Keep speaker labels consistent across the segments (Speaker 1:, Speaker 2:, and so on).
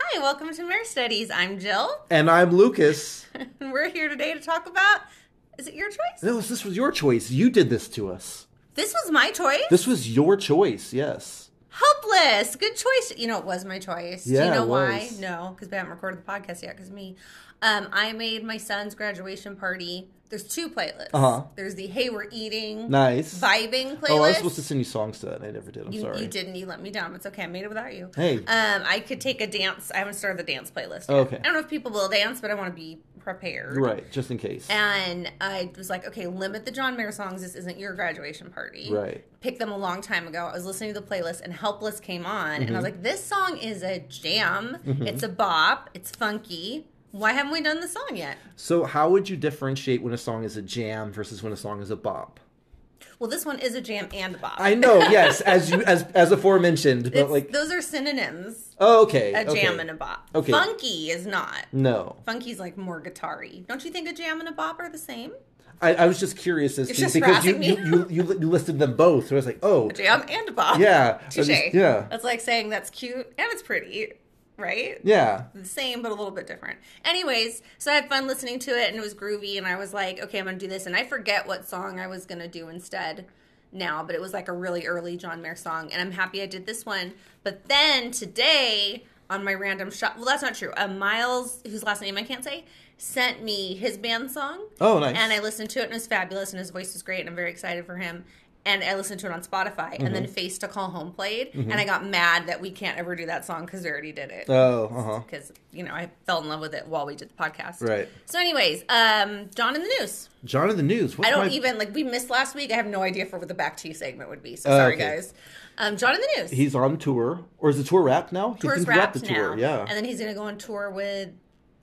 Speaker 1: Hi, welcome to Mare Studies. I'm Jill.
Speaker 2: And I'm Lucas.
Speaker 1: and We're here today to talk about. Is it your choice?
Speaker 2: No, this was your choice. You did this to us.
Speaker 1: This was my choice.
Speaker 2: This was your choice, yes.
Speaker 1: Helpless. Good choice. You know, it was my choice. Do
Speaker 2: Yeah,
Speaker 1: you
Speaker 2: it
Speaker 1: know why?
Speaker 2: was.
Speaker 1: No, because we haven't recorded the podcast yet. Because me, um, I made my son's graduation party. There's two playlists.
Speaker 2: Uh-huh.
Speaker 1: There's the Hey We're Eating
Speaker 2: Nice.
Speaker 1: vibing playlist.
Speaker 2: Oh, I was supposed to send you songs to that, and I never did. I'm
Speaker 1: You-
Speaker 2: sorry.
Speaker 1: You didn't. You let me down. It's okay. I made it without you.
Speaker 2: Hey.
Speaker 1: Um, I could take a dance. I haven't started the dance playlist. Yet.
Speaker 2: Okay.
Speaker 1: I don't know if people will dance, but I want to be prepared.
Speaker 2: Right, just in case.
Speaker 1: And I was like, okay, limit the John Mayer songs. This isn't your graduation party.
Speaker 2: Right.
Speaker 1: Picked them a long time ago. I was listening to the playlist and Helpless came on.
Speaker 2: Mm-hmm.
Speaker 1: And I was like, this song is a jam. It's a bop. It's funky. Why haven't we done the song yet?
Speaker 2: So, how would you differentiate when a song is a jam versus when a song is a bop?
Speaker 1: Well, this one is a jam and a bop.
Speaker 2: I know, yes, as you as as aforementioned, but
Speaker 1: It's-
Speaker 2: like,
Speaker 1: those are synonyms
Speaker 2: oh, okay,
Speaker 1: a
Speaker 2: okay.
Speaker 1: jam and a bop.
Speaker 2: Okay.
Speaker 1: Funky is not.
Speaker 2: No,
Speaker 1: Funky's like more guitar Don't you think a jam and a bop are the same?
Speaker 2: I, I was just curious as
Speaker 1: You're
Speaker 2: to
Speaker 1: just
Speaker 2: because you
Speaker 1: harassing
Speaker 2: you,
Speaker 1: me.
Speaker 2: you you li- you listed them both, so I was like, oh,
Speaker 1: Jam and a bop.
Speaker 2: Yeah, I
Speaker 1: Touche.
Speaker 2: just- yeah.
Speaker 1: That's like saying that's cute and it's pretty, right?
Speaker 2: yeah,
Speaker 1: The same, but a little bit different. Anyways, so I had fun listening to it and it was groovy. And I was like, okay, I'm going to do this. And I forget what song I was going to do instead now, but it was like a really early John Mayer song. And I'm happy I did this one. But then today on my random shop, well, that's not true. Uh, Miles, whose last name I can't say, sent me his band song.
Speaker 2: oh, nice,
Speaker 1: And I listened to it and it was fabulous and his voice was great and I'm very excited for him. And I listened to it on Spotify and
Speaker 2: Mm-hmm.
Speaker 1: then Face to Call Home played. And I got mad that we can't ever do that song because we already did it.
Speaker 2: oh, uh huh,
Speaker 1: Because, you know, I fell in love with it while we did the podcast.
Speaker 2: Right.
Speaker 1: So, anyways, um, John in the News.
Speaker 2: John in the News. What's
Speaker 1: I don't
Speaker 2: my-
Speaker 1: even, like, we missed last week. I have no idea for what the back to you segment would be. So,
Speaker 2: Oh,
Speaker 1: sorry,
Speaker 2: okay.
Speaker 1: guys. Um, John in the News.
Speaker 2: He's on tour, or is the tour wrapped now? He's
Speaker 1: Tour's
Speaker 2: been throughout
Speaker 1: wrapped
Speaker 2: the tour,
Speaker 1: now.
Speaker 2: yeah.
Speaker 1: And then he's going to go on tour with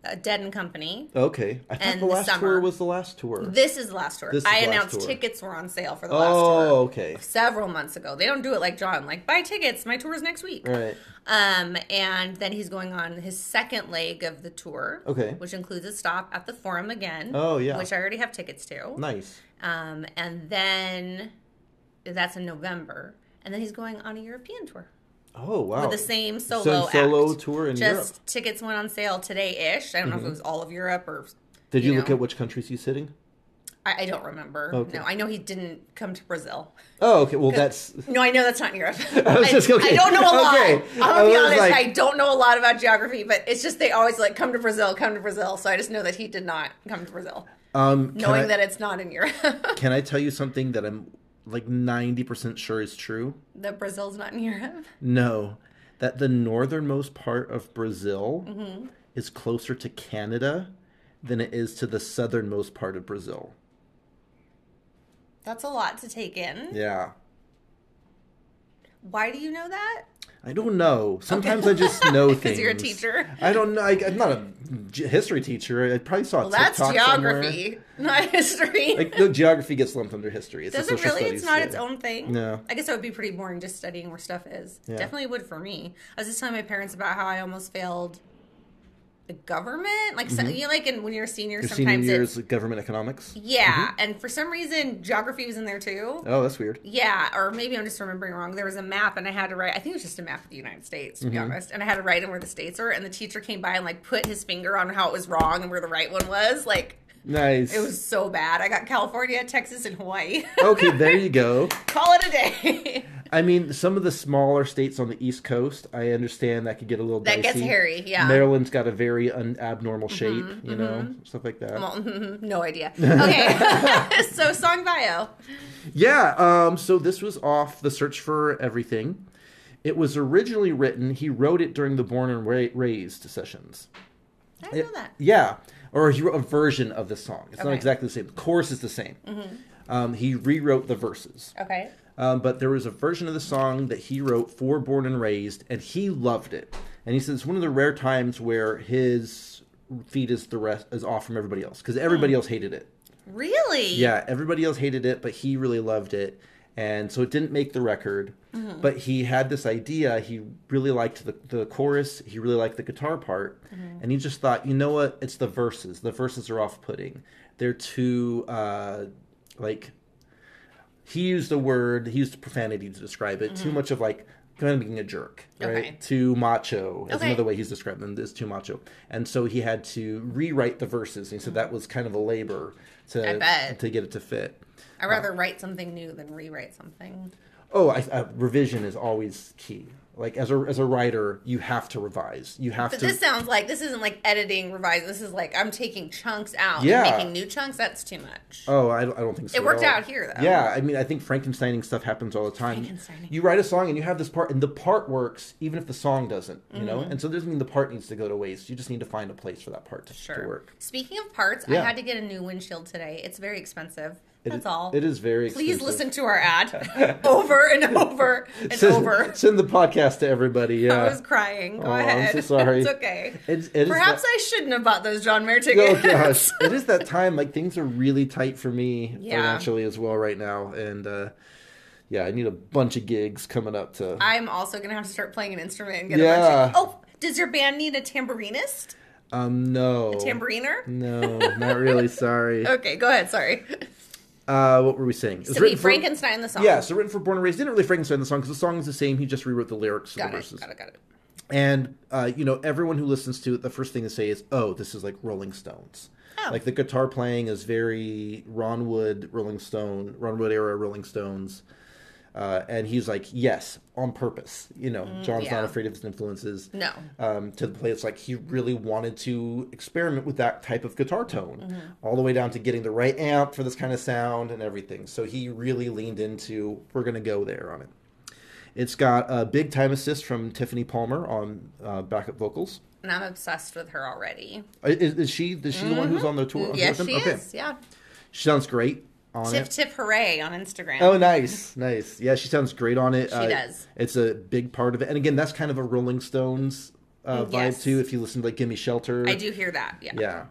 Speaker 1: uh, Dead and Company.
Speaker 2: Okay, I thought
Speaker 1: and
Speaker 2: the
Speaker 1: the
Speaker 2: last
Speaker 1: summer.
Speaker 2: tour was the last tour.
Speaker 1: This is the last tour.
Speaker 2: This is
Speaker 1: I
Speaker 2: the last
Speaker 1: announced
Speaker 2: tour.
Speaker 1: tickets were on sale for the last tour.
Speaker 2: oh, okay,
Speaker 1: several months ago. They don't do it like John, like buy tickets, my tour is next week.
Speaker 2: all right,
Speaker 1: Um, and then he's going on his second leg of the tour.
Speaker 2: Okay.
Speaker 1: Which includes a stop at the Forum again.
Speaker 2: Oh, yeah.
Speaker 1: Which I already have tickets to.
Speaker 2: nice.
Speaker 1: Um, and then that's in November. And then he's going on a European tour.
Speaker 2: Oh wow,
Speaker 1: With the same solo act.
Speaker 2: solo tour in
Speaker 1: Just
Speaker 2: Europe. Mm-hmm.
Speaker 1: tickets went on sale today ish. I don't know if it was all of Europe or
Speaker 2: Did you,
Speaker 1: you
Speaker 2: look
Speaker 1: know.
Speaker 2: at which countries he's hitting?
Speaker 1: I, I don't remember.
Speaker 2: Okay.
Speaker 1: No, I know he didn't come to Brazil.
Speaker 2: Oh, okay. Well, that's
Speaker 1: No, I know that's not Europe.
Speaker 2: I was just- okay.
Speaker 1: I don't know a lot.
Speaker 2: Okay.
Speaker 1: I'm gonna be
Speaker 2: I was
Speaker 1: honest.
Speaker 2: like-
Speaker 1: I don't know a lot about geography, but it's just they always like come to Brazil, come to Brazil. So I just know that he did not come to Brazil,
Speaker 2: um. Can
Speaker 1: knowing
Speaker 2: I,
Speaker 1: that it's not in Europe.
Speaker 2: can I tell you something that I'm like ninety percent sure is true?
Speaker 1: that Brazil's not in Europe.
Speaker 2: No, that the northernmost part of Brazil
Speaker 1: Mm-hmm.
Speaker 2: is closer to Canada than it is to the southernmost part of Brazil.
Speaker 1: That's a lot to take in.
Speaker 2: Yeah.
Speaker 1: Why do you know that?
Speaker 2: I don't know. Sometimes I just know things.
Speaker 1: 'Cause you're a teacher.
Speaker 2: I don't know. I, am not a ge- history teacher. I probably saw a
Speaker 1: Well, that's
Speaker 2: TikTok somewhere.
Speaker 1: geography, not history.
Speaker 2: Like no, geography gets lumped under history. It's a
Speaker 1: Does it
Speaker 2: social
Speaker 1: really?
Speaker 2: studies,
Speaker 1: It's not
Speaker 2: yeah.
Speaker 1: its own thing.
Speaker 2: No.
Speaker 1: I guess that would be pretty boring just studying where stuff is.
Speaker 2: Yeah.
Speaker 1: Definitely would for me. I was just telling my parents about how I almost failed the government. Like so, you know, like in, when you're a senior,
Speaker 2: Mm-hmm. Your senior
Speaker 1: sometimes
Speaker 2: years Mm-hmm.
Speaker 1: it's
Speaker 2: of government economics.
Speaker 1: yeah. And for some reason, geography was in there too.
Speaker 2: Oh, that's weird.
Speaker 1: Yeah, or maybe I'm just remembering wrong. There was a map, and I had to write. I think it was just a map of the United States, to be
Speaker 2: Mm-hmm.
Speaker 1: honest. And I had to write in where the states are. And the teacher came by and like put his finger on how it was wrong and where the right one was. Like
Speaker 2: Nice.
Speaker 1: it was so bad. I got California, Texas, and Hawaii.
Speaker 2: okay, there you go.
Speaker 1: Call it a day.
Speaker 2: I mean, some of the smaller states on the East Coast, I understand that could get a little
Speaker 1: That gets
Speaker 2: dicey.
Speaker 1: hairy, yeah. Mm-hmm,
Speaker 2: Maryland's got a very un- abnormal shape, you know, stuff like that.
Speaker 1: Well, no idea. Okay. so song bio.
Speaker 2: Yeah, um, so this was off The Search for Everything. It was originally written, he wrote it during the Born and Ra- Raised sessions.
Speaker 1: I didn't know that.
Speaker 2: Yeah, or he wrote a version of the song. It's not
Speaker 1: Okay. Mm-hmm.
Speaker 2: exactly the same. The chorus is the same. Um, he rewrote the verses.
Speaker 1: Okay.
Speaker 2: Um, but there was a version of the song that he wrote for Born and Raised, and he loved it. And he says it's one of the rare times where his feet is the rest is off from everybody else because everybody
Speaker 1: Hmm.
Speaker 2: else hated it.
Speaker 1: Really?
Speaker 2: Yeah, everybody else hated it, but he really loved it. And so it didn't make the record,
Speaker 1: Mm-hmm.
Speaker 2: but he had this idea. He really liked the, the chorus, he really liked the guitar part.
Speaker 1: Mm-hmm.
Speaker 2: And he just thought, you know what? It's the verses. The verses are off putting. They're too, uh, like, he used the word, he used profanity to describe it, too much of like kind of being a jerk, right?
Speaker 1: Mm-hmm. Okay.
Speaker 2: Too macho is
Speaker 1: Okay.
Speaker 2: another way he's described them. Is too macho, and so he had to rewrite the verses. And he said that was kind of a labor
Speaker 1: I
Speaker 2: to
Speaker 1: bet.
Speaker 2: to get it to fit.
Speaker 1: I'd rather write something new than rewrite something.
Speaker 2: Oh, I, I, revision is always key. Like as a as a writer, you have to revise. You have
Speaker 1: But
Speaker 2: to.
Speaker 1: this sounds like this isn't like editing, revising. This is like I'm taking chunks out
Speaker 2: Yeah.
Speaker 1: and making new chunks. That's too much.
Speaker 2: Oh, I, don't- I don't think so.
Speaker 1: It
Speaker 2: at
Speaker 1: worked
Speaker 2: all.
Speaker 1: out here, though.
Speaker 2: Yeah, I mean, I think Frankensteining stuff happens all the time.
Speaker 1: Frankensteining.
Speaker 2: You write a song and you have this part, and the part works even if the song doesn't, you know.
Speaker 1: Mm-hmm.
Speaker 2: And so it doesn't mean the part needs to go to waste. You just need to find a place for that part to, to
Speaker 1: Sure.
Speaker 2: work.
Speaker 1: Speaking of parts,
Speaker 2: Yeah.
Speaker 1: I had to get a new windshield today. It's very expensive.
Speaker 2: It
Speaker 1: That's
Speaker 2: is-
Speaker 1: all.
Speaker 2: It is very.
Speaker 1: Please
Speaker 2: expensive.
Speaker 1: listen to our ad over and over and
Speaker 2: Send,
Speaker 1: over.
Speaker 2: Send the podcast to everybody. Yeah.
Speaker 1: I was crying. Go
Speaker 2: Oh, I'm
Speaker 1: ahead.
Speaker 2: so sorry.
Speaker 1: It's okay.
Speaker 2: It's- it is
Speaker 1: Perhaps
Speaker 2: that-
Speaker 1: I shouldn't have bought those John Mayer
Speaker 2: Oh
Speaker 1: tickets.
Speaker 2: gosh, it is that time. Like things are really tight for me
Speaker 1: Yeah.
Speaker 2: financially as well right now, and uh, yeah, I need a bunch of gigs coming up to.
Speaker 1: I'm also gonna have to start playing an instrument and get
Speaker 2: Yeah.
Speaker 1: a bunch of. Oh, does your band need a tambourinist?
Speaker 2: Um, no,
Speaker 1: Tambouriner?
Speaker 2: no, not really. Sorry.
Speaker 1: Okay, go ahead. Sorry.
Speaker 2: Uh, what were we saying? It was
Speaker 1: To be
Speaker 2: written for-
Speaker 1: Frankenstein the song.
Speaker 2: Yeah, so written for Born and Raised. Didn't really Frankenstein the song because the song is the same. He just rewrote the lyrics to
Speaker 1: Got
Speaker 2: the
Speaker 1: it.
Speaker 2: verses.
Speaker 1: Got it. Got it.
Speaker 2: And uh, you know, everyone who listens to it, the first thing they say is, "Oh, this is like Rolling Stones."
Speaker 1: Oh.
Speaker 2: Like the guitar playing is very Ron Wood, Rolling Stone, Ron Wood era Rolling Stones. Uh, and he's like, "Yes, on purpose." You know,
Speaker 1: Mm,
Speaker 2: John's
Speaker 1: yeah.
Speaker 2: not afraid of his influences.
Speaker 1: No.
Speaker 2: Um, to the play, it's like he really wanted to experiment with that type of guitar tone,
Speaker 1: Mm-hmm.
Speaker 2: all the way down to getting the right amp for this kind of sound and everything. So he really leaned into, "We're going to go there on it." It's got a big time assist from Tiffany Palmer on uh, backup vocals.
Speaker 1: And I'm obsessed with her already.
Speaker 2: I- Is, is she is she the one who's on the tour?
Speaker 1: Mm-hmm. Yes,
Speaker 2: with
Speaker 1: she
Speaker 2: Oh, them? okay.
Speaker 1: is. Yeah.
Speaker 2: She sounds great on
Speaker 1: Tiff
Speaker 2: it.
Speaker 1: Tiff Hooray on Instagram.
Speaker 2: Oh, nice, nice. Yeah, she sounds great on it. She
Speaker 1: does.
Speaker 2: It's a big part of it, and again, that's kind of a Rolling Stones uh, vibe
Speaker 1: Yes.
Speaker 2: too. If you listen to like "Gimme Shelter,"
Speaker 1: I do hear that. Yeah.
Speaker 2: Yeah.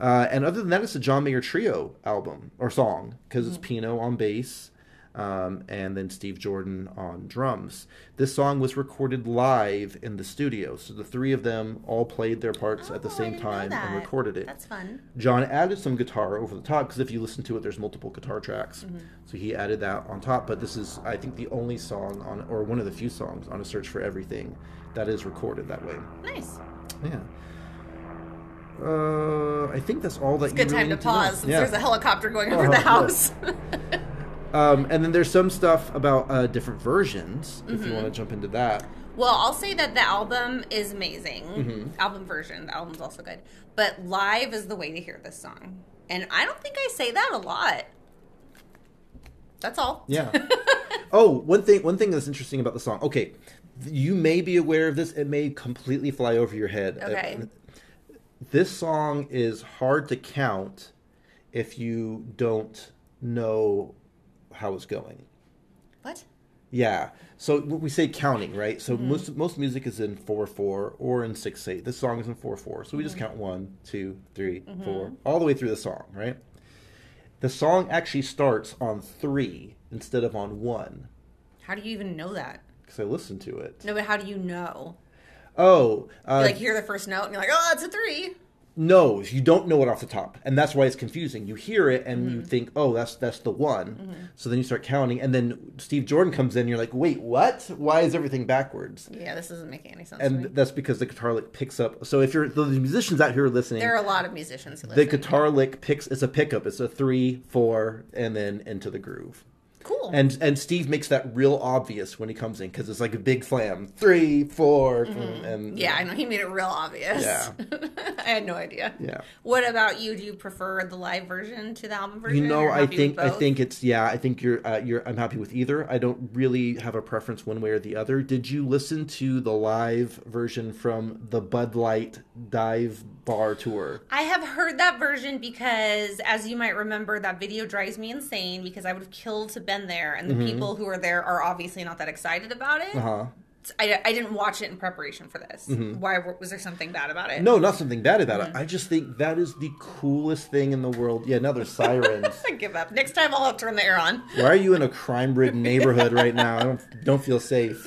Speaker 2: Uh, and other than that, it's a John Mayer trio album or song because
Speaker 1: Mm.
Speaker 2: it's Pino on bass um, and then Steve Jordan on drums. This song was recorded live in the studio, so the three of them all played their parts at the
Speaker 1: Oh, I
Speaker 2: same
Speaker 1: didn't know
Speaker 2: time and
Speaker 1: that.
Speaker 2: recorded it.
Speaker 1: That's fun.
Speaker 2: John added some guitar over the top because if you listen to it, there's multiple guitar tracks.
Speaker 1: Mm-hmm.
Speaker 2: So he added that on top. But this is, I think, the only song on, or one of the few songs on A Search for Everything that is recorded that way.
Speaker 1: Nice.
Speaker 2: Yeah. Uh, I think that's all that you
Speaker 1: Good
Speaker 2: really
Speaker 1: time to
Speaker 2: need know.
Speaker 1: pause since
Speaker 2: yeah.
Speaker 1: there's a helicopter going over
Speaker 2: Uh-huh,
Speaker 1: the
Speaker 2: yeah.
Speaker 1: house.
Speaker 2: um, and then there's some stuff about uh, different versions. If
Speaker 1: Mm-hmm.
Speaker 2: you want to jump into that,
Speaker 1: Well, I'll say that the album is amazing.
Speaker 2: Mm-hmm.
Speaker 1: Album version, the album's also good. But live is the way to hear this song. And I don't think I say that a lot. That's all.
Speaker 2: yeah. oh, one thing. One thing that's interesting about the song. Okay, th- you may be aware of this. It may completely fly over your head.
Speaker 1: Okay.
Speaker 2: Uh, This song is hard to count if you don't know how it's going.
Speaker 1: What?
Speaker 2: Yeah. So when we say counting, right? So most most music is in four four or in six eight. This song is in four four, so we just count one, two, three, four, all the way through the song, right? The song actually starts on three instead of on one
Speaker 1: How do you even know that?
Speaker 2: because I listened to it.
Speaker 1: No, but how do you know?
Speaker 2: Oh, uh,
Speaker 1: You like hear the first note and you're like, oh, that's a three.
Speaker 2: no, you don't know it off the top, and that's why it's confusing. You hear it and you think, "Oh, that's that's the one." So then you start counting, and then Steve Jordan comes in. And you're like, "Wait, what? Why is everything backwards?"
Speaker 1: Yeah, this doesn't make any sense.
Speaker 2: and
Speaker 1: to me.
Speaker 2: that's because the guitar lick picks up. So if you're the musicians out here listening,
Speaker 1: there are a lot of musicians who
Speaker 2: the
Speaker 1: listen.
Speaker 2: guitar lick picks. It's a pickup. It's a three, four, and then into the groove.
Speaker 1: cool.
Speaker 2: And and Steve makes that real obvious when he comes in because it's like a big slam. Three, four, and
Speaker 1: Mm-hmm. yeah, I know. He made it real obvious.
Speaker 2: Yeah.
Speaker 1: I had no idea.
Speaker 2: Yeah.
Speaker 1: What about you? Do you prefer the live version to the album version?
Speaker 2: You know,
Speaker 1: You're
Speaker 2: I
Speaker 1: happy with
Speaker 2: think I
Speaker 1: both?
Speaker 2: think it's yeah. I think you're uh, you're. I'm happy with either. I don't really have a preference one way or the other. Did you listen to the live version from the Bud Light Dive Bar tour?
Speaker 1: I have heard that version because, as you might remember, that video drives me insane because I would have killed to been there, and the
Speaker 2: Mm-hmm.
Speaker 1: people who are there are obviously not that excited about it.
Speaker 2: Uh huh.
Speaker 1: I, I didn't watch it in preparation for this. Why was there something bad about it?
Speaker 2: Mm-hmm. No, not something bad about it. I just think that is the coolest thing in the world. Yeah, now there's sirens.
Speaker 1: I give up. Next time I'll have to turn the air on.
Speaker 2: Why are you in a crime-ridden neighborhood right now? I don't don't feel safe.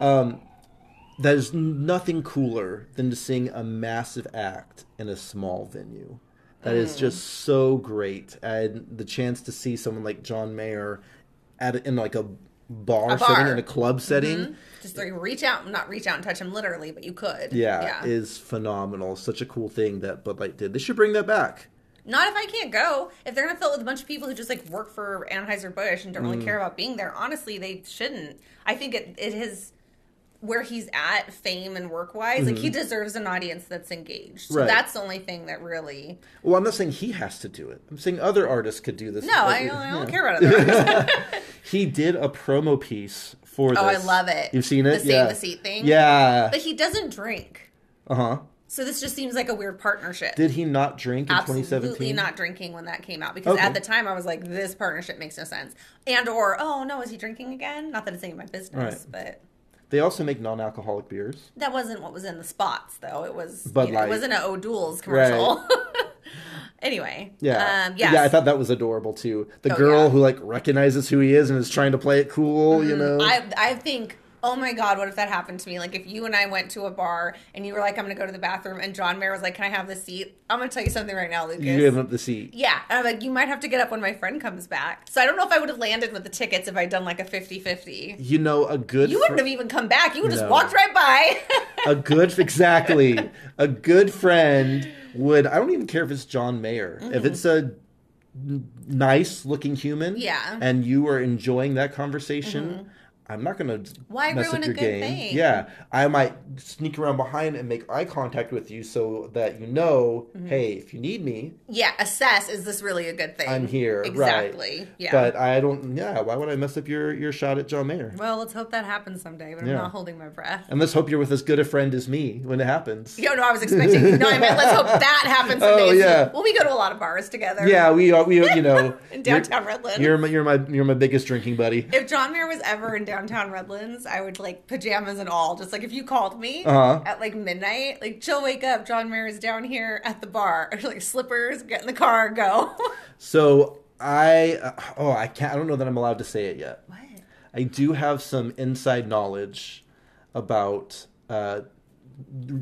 Speaker 2: Um, there's nothing cooler than to sing a massive act in a small venue. That is
Speaker 1: Mm.
Speaker 2: just so great, and the chance to see someone like John Mayer at in like a bar,
Speaker 1: A
Speaker 2: setting
Speaker 1: bar. Mm-hmm.
Speaker 2: in a club setting
Speaker 1: Just like reach out, not reach out and touch him literally, but you could.
Speaker 2: yeah, is phenomenal such a cool thing that bud light did they should bring that back
Speaker 1: Not if I can't go. If they're gonna fill it with a bunch of people who just like work for Anheuser Busch and don't
Speaker 2: Mm.
Speaker 1: really care about being there, honestly, they shouldn't. I think it it has where he's at, fame and work wise, like he deserves an audience that's engaged. So
Speaker 2: Mm-hmm. Right.
Speaker 1: that's the only thing that really.
Speaker 2: well i'm not saying he has to do it i'm saying other artists could do this
Speaker 1: No, I, I
Speaker 2: Like,
Speaker 1: don't
Speaker 2: yeah.
Speaker 1: care about it.
Speaker 2: he did a promo piece for this
Speaker 1: Oh, I love it.
Speaker 2: you've seen
Speaker 1: The
Speaker 2: it
Speaker 1: save
Speaker 2: yeah
Speaker 1: the seat thing?
Speaker 2: yeah
Speaker 1: but he doesn't drink,
Speaker 2: uh-huh
Speaker 1: so this just seems like a weird partnership.
Speaker 2: did he not drink in
Speaker 1: absolutely
Speaker 2: 2017
Speaker 1: not drinking when that came out because
Speaker 2: Okay.
Speaker 1: at the time I was like, this partnership makes no sense. And or oh no, is he drinking again? Not that it's any of my business, but
Speaker 2: they also make non-alcoholic beers
Speaker 1: that wasn't what was in the spots though. It was
Speaker 2: Bud
Speaker 1: you know,
Speaker 2: Light.
Speaker 1: it wasn't an O'Doul's commercial. anyway,
Speaker 2: Yeah.
Speaker 1: um, yes.
Speaker 2: Yeah, I thought that was adorable too. The
Speaker 1: Oh,
Speaker 2: girl
Speaker 1: yeah.
Speaker 2: who like recognizes who he is and is trying to play it cool, you know.
Speaker 1: Mm-hmm. I I think, oh my god, what if that happened to me? Like if you and I went to a bar and you were like, I'm gonna go to the bathroom, and John Mayer was like, Can I have the seat? I'm gonna tell you something right now, Lucas.
Speaker 2: you give up the seat.
Speaker 1: yeah, and I'm like, you might have to get up when my friend comes back. So I don't know if I would have landed with the tickets if I'd done like a 50 50.
Speaker 2: You know, a good
Speaker 1: You wouldn't
Speaker 2: fri-
Speaker 1: have even come back. You would have
Speaker 2: No.
Speaker 1: just walked right by.
Speaker 2: a good exactly. A good friend would I don't even care if it's John Mayer. If it's a n- nice looking human
Speaker 1: Yeah. Mm-hmm.
Speaker 2: and you are enjoying that conversation, I'm not gonna
Speaker 1: Why
Speaker 2: mess
Speaker 1: ruin
Speaker 2: up
Speaker 1: a
Speaker 2: your
Speaker 1: good
Speaker 2: game.
Speaker 1: thing?
Speaker 2: Yeah. I might sneak around behind and make eye contact with you so that you know,
Speaker 1: Mm-hmm.
Speaker 2: hey, if you need me,
Speaker 1: yeah, assess is this really a good thing?
Speaker 2: I'm here.
Speaker 1: Exactly.
Speaker 2: Right.
Speaker 1: Yeah.
Speaker 2: But I don't. Yeah. Why would I mess up your your shot at John Mayer?
Speaker 1: well, let's hope that happens someday, but
Speaker 2: Yeah.
Speaker 1: I'm not holding my breath.
Speaker 2: And let's hope you're with as good a friend as me when it happens.
Speaker 1: Yo, no, I was expecting. No, I meant let's hope that happens someday.
Speaker 2: Oh, yeah.
Speaker 1: Well, we go to a lot of bars together.
Speaker 2: Yeah. We are. We you know.
Speaker 1: In downtown Redlands.
Speaker 2: You're, you're my you're my you're my biggest drinking buddy.
Speaker 1: If John Mayer was ever in downtown Redlands, I would like pajamas and all. Just like if you called me
Speaker 2: Uh-huh.
Speaker 1: at like midnight, like chill, wake up. John Mayer is down here at the bar. like slippers, get in the car, go.
Speaker 2: So I. Uh, oh, I can't. I don't know that I'm allowed to say it yet.
Speaker 1: what?
Speaker 2: I do have some inside knowledge about. Uh,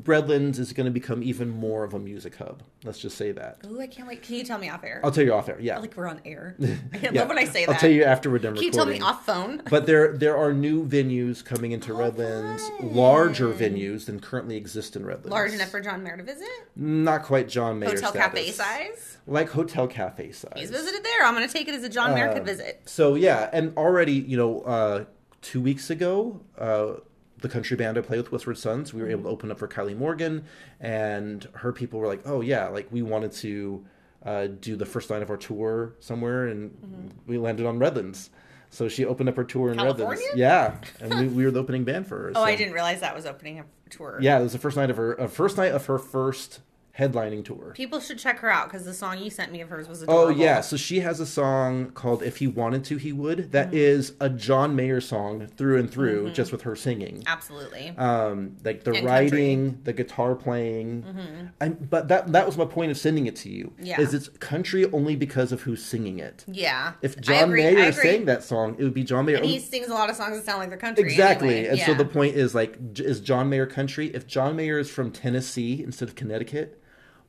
Speaker 2: Redlands is going to become even more of a music hub. Let's just say that.
Speaker 1: Ooh, I can't wait. Can you tell me off air?
Speaker 2: I'll tell you off air. Yeah.
Speaker 1: like we're on air. I
Speaker 2: Yeah.
Speaker 1: love when I say that.
Speaker 2: I'll tell you after we're done
Speaker 1: Can you
Speaker 2: recording.
Speaker 1: tell me off phone?
Speaker 2: But there there are new venues coming into Redlands, larger venues than currently exist in Redlands.
Speaker 1: Large enough for John Mayer to visit?
Speaker 2: not quite John Mayer
Speaker 1: Hotel
Speaker 2: status.
Speaker 1: cafe size?
Speaker 2: like hotel cafe size.
Speaker 1: He's visited there. I'm going to take it as a John Mayer
Speaker 2: Um,
Speaker 1: could visit.
Speaker 2: So yeah, and already you know, uh, two weeks ago, uh, the country band I play with, Westward Sons, we were able to open up for Kylie Morgan, and her people were like, "Oh yeah, like we wanted to uh, do the first line of our tour somewhere," and
Speaker 1: Mm-hmm.
Speaker 2: we landed on Redlands. So she opened up her tour in Redlands.
Speaker 1: California?
Speaker 2: Yeah, and we, we were the opening band for her.
Speaker 1: Oh,
Speaker 2: so-
Speaker 1: I didn't realize that was opening a tour.
Speaker 2: Yeah, it was the first night of her uh, first night of her first headlining tour.
Speaker 1: People should check her out because the song you sent me of hers was
Speaker 2: Oh
Speaker 1: adorable.
Speaker 2: yeah, so she has a song called "If He Wanted to, He Would." That
Speaker 1: Mm-hmm.
Speaker 2: is a John Mayer song through and through, just with her singing.
Speaker 1: Absolutely.
Speaker 2: Um, like the
Speaker 1: Mm-hmm. And country. Mm-hmm.
Speaker 2: writing, the guitar playing. i but that that was my point of sending it to you.
Speaker 1: Yeah.
Speaker 2: is it's country only because of who's singing it.
Speaker 1: yeah.
Speaker 2: If
Speaker 1: I
Speaker 2: John
Speaker 1: agree, I
Speaker 2: Mayer
Speaker 1: agree.
Speaker 2: sang that song, it would be John Mayer.
Speaker 1: And he sings a lot of songs that sound like they're country.
Speaker 2: Exactly,
Speaker 1: anyway.
Speaker 2: and so
Speaker 1: Yeah.
Speaker 2: the point is like, j- is John Mayer country? If John Mayer is from Tennessee instead of Connecticut,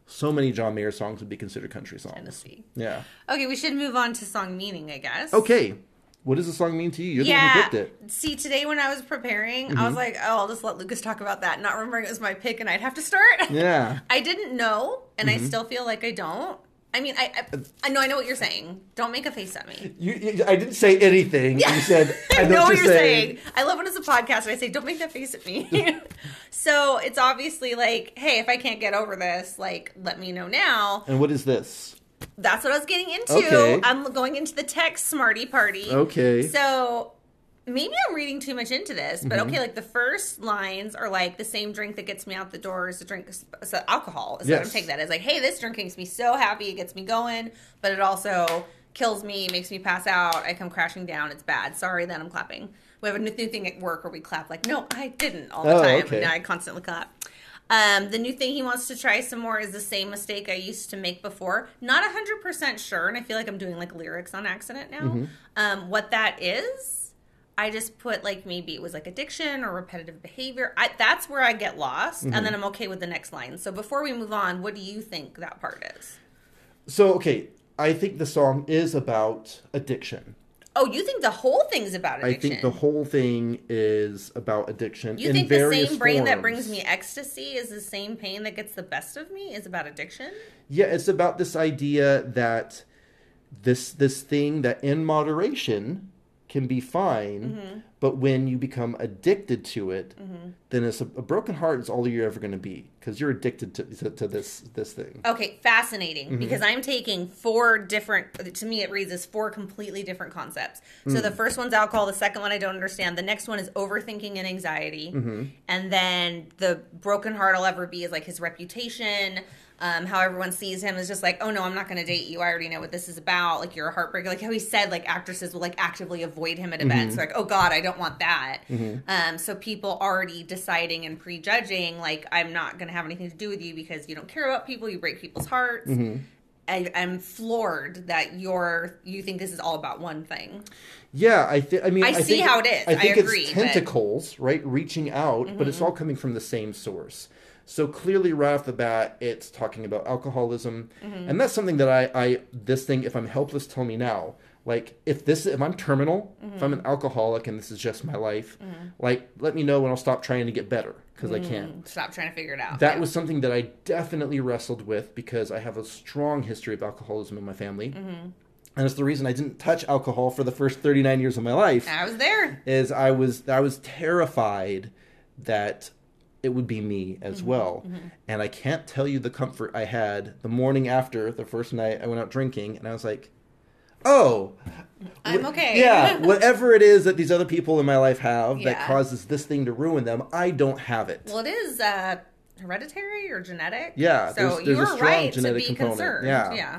Speaker 2: so many John Mayer songs would be considered country songs.
Speaker 1: Tennessee.
Speaker 2: Yeah.
Speaker 1: Okay, we should move on to song meaning, I guess.
Speaker 2: Okay. What does the song mean to you? You're the
Speaker 1: Yeah.
Speaker 2: one who picked it. Mm-hmm.
Speaker 1: See, today when I was preparing, I was like, oh, I'll just let Lucas talk about that, not remembering it was my pick and I'd have to start.
Speaker 2: Yeah. Mm-hmm.
Speaker 1: I didn't know, and I still feel like I don't. I mean, I,
Speaker 2: Uh,
Speaker 1: I, I know I know what you're saying. Don't make a face at me.
Speaker 2: You, you, I didn't say anything. You said,
Speaker 1: I
Speaker 2: I
Speaker 1: know what you're saying. I love when it's a podcast and I say, don't make that face at me. so it's obviously like, hey, if I can't get over this, like, let me know now.
Speaker 2: And what is this?
Speaker 1: That's what I was getting into.
Speaker 2: Okay.
Speaker 1: I'm going into the text smarty party.
Speaker 2: Okay.
Speaker 1: So maybe I'm reading too much into this, but
Speaker 2: Mm-hmm.
Speaker 1: okay, like the first lines are like the same drink that gets me out the door is the drink so alcohol. Is what I'm
Speaker 2: Yes.
Speaker 1: taking that as like, hey, this drink makes me so happy, it gets me going, but it also kills me, makes me pass out, I come crashing down, it's bad. Sorry that I'm clapping. We have a new new thing at work where we clap like, no, I didn't all the
Speaker 2: Oh,
Speaker 1: time.
Speaker 2: okay.
Speaker 1: Now I constantly clap. Um, the new thing he wants to try some more is the same mistake I used to make before. Not 100% sure, and I feel like I'm doing like lyrics on accident now.
Speaker 2: Mm-hmm.
Speaker 1: Um, what that is, I just put like maybe it was like addiction or repetitive behavior. I, that's where I get lost,
Speaker 2: Mm-hmm.
Speaker 1: and then I'm okay with the next line. So before we move on, what do you think that part is?
Speaker 2: So, okay. I think the song is about addiction.
Speaker 1: Oh, you think the whole thing's about
Speaker 2: I
Speaker 1: addiction?
Speaker 2: think the whole thing is about addiction.
Speaker 1: you
Speaker 2: in
Speaker 1: think the
Speaker 2: various
Speaker 1: same brain that
Speaker 2: forms.
Speaker 1: brings me ecstasy is the same pain that gets the best of me is about addiction?
Speaker 2: Yeah, it's about this idea that this this thing that in moderation can be fine, but when you become addicted to it, then it's a, a broken heart is all you're ever going to be because you're addicted to, to to this this thing.
Speaker 1: Okay, fascinating because I'm taking four different to me it reads as four completely different concepts. So the first one's alcohol, the second one I don't understand, the next one is overthinking and anxiety. And then the broken heart I'll ever be is like his reputation, um, how everyone sees him is just like, oh no, I'm not going to date you. I already know what this is about. Like you're a heartbreaker. Like how he said, like actresses will like actively avoid him at
Speaker 2: Mm-hmm.
Speaker 1: events. Like, oh God, I don't want that. Um, so people already deciding and prejudging, like I'm not going to have anything to do with you because you don't care about people. You break people's hearts.
Speaker 2: Mm-hmm.
Speaker 1: I, I'm floored that you're you think this is all about one thing.
Speaker 2: Yeah, I think. I mean,
Speaker 1: I see
Speaker 2: think-
Speaker 1: how it is.
Speaker 2: I
Speaker 1: I
Speaker 2: think
Speaker 1: agree,
Speaker 2: it's
Speaker 1: but- Mm-hmm.
Speaker 2: tentacles, right, reaching out, but it's all coming from the same source. So clearly, right off the bat, it's talking about alcoholism,
Speaker 1: Mm-hmm.
Speaker 2: and that's something that I, I, this thing. If I'm helpless, tell me now. Like, if this, if I'm terminal, if
Speaker 1: Mm-hmm.
Speaker 2: I'm an alcoholic, and this is just my life, like, let me know, and I'll stop trying to get better because I can't.
Speaker 1: Stop trying to figure it out.
Speaker 2: That
Speaker 1: Yeah.
Speaker 2: was something that I definitely wrestled with because I have a strong history of alcoholism in my family.
Speaker 1: Mm-hmm.
Speaker 2: And it's the reason I didn't touch alcohol for the first 39 years of my life
Speaker 1: I was there.
Speaker 2: is I was I was terrified that it would be me as
Speaker 1: Mm-hmm.
Speaker 2: well. And I can't tell you the comfort I had the morning after the first night I went out drinking and I was like, "Oh,
Speaker 1: I'm
Speaker 2: wh-
Speaker 1: okay."
Speaker 2: Yeah, whatever it is that these other people in my life have that
Speaker 1: Yeah.
Speaker 2: causes this thing to ruin them, I don't have it.
Speaker 1: Well, it is uh, hereditary or genetic.
Speaker 2: Yeah,
Speaker 1: so
Speaker 2: there's-
Speaker 1: you
Speaker 2: there's a
Speaker 1: were
Speaker 2: strong
Speaker 1: right to
Speaker 2: genetic
Speaker 1: be
Speaker 2: component.
Speaker 1: concerned.
Speaker 2: Yeah.
Speaker 1: Yeah.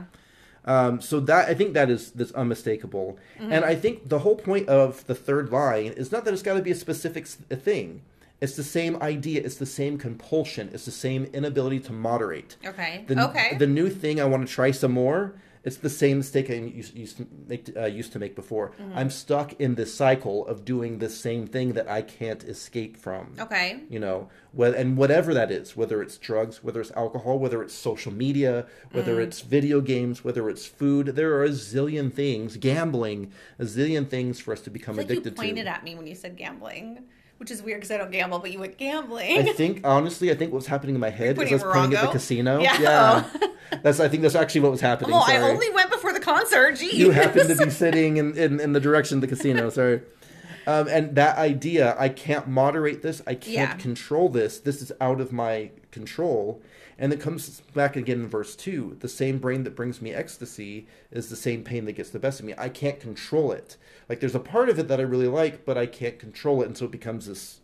Speaker 2: Um, so that I think that is that's unmistakable, and I think the whole point of the third line is not that it's got to be a specific s- a thing. It's the same idea. It's the same compulsion. It's the same inability to moderate.
Speaker 1: Okay.
Speaker 2: The,
Speaker 1: okay.
Speaker 2: The new thing I want to try some more. It's the same mistake I used, used to make uh, used to make before. I'm stuck in this cycle of doing the same thing that I can't escape from
Speaker 1: okay.
Speaker 2: you know whether and whatever that is whether it's drugs whether it's alcohol whether it's social media whether
Speaker 1: Mm.
Speaker 2: it's video games whether it's food there are a zillion things gambling a zillion things for us to become
Speaker 1: I feel like you
Speaker 2: addicted
Speaker 1: pointed
Speaker 2: to
Speaker 1: at me when you said gambling, which is weird because I don't gamble, but you went gambling.
Speaker 2: I think honestly, I think what's happening in my head is I
Speaker 1: putting
Speaker 2: was playing at the
Speaker 1: Morongo?
Speaker 2: casino.
Speaker 1: Yeah.
Speaker 2: that's I think that's actually what was happening.
Speaker 1: well, I
Speaker 2: Sorry.
Speaker 1: only went before the concert. Geez.
Speaker 2: you happen to be sitting in, in, in the direction of the casino. Sorry. Um, and that idea, I can't moderate this. I can't
Speaker 1: Yeah.
Speaker 2: control this. This is out of my control. And it comes back again in verse two. The same brain that brings me ecstasy is the same pain that gets the best of me. I can't control it. Like there's a part of it that I really like, but I can't control it, and so it becomes this,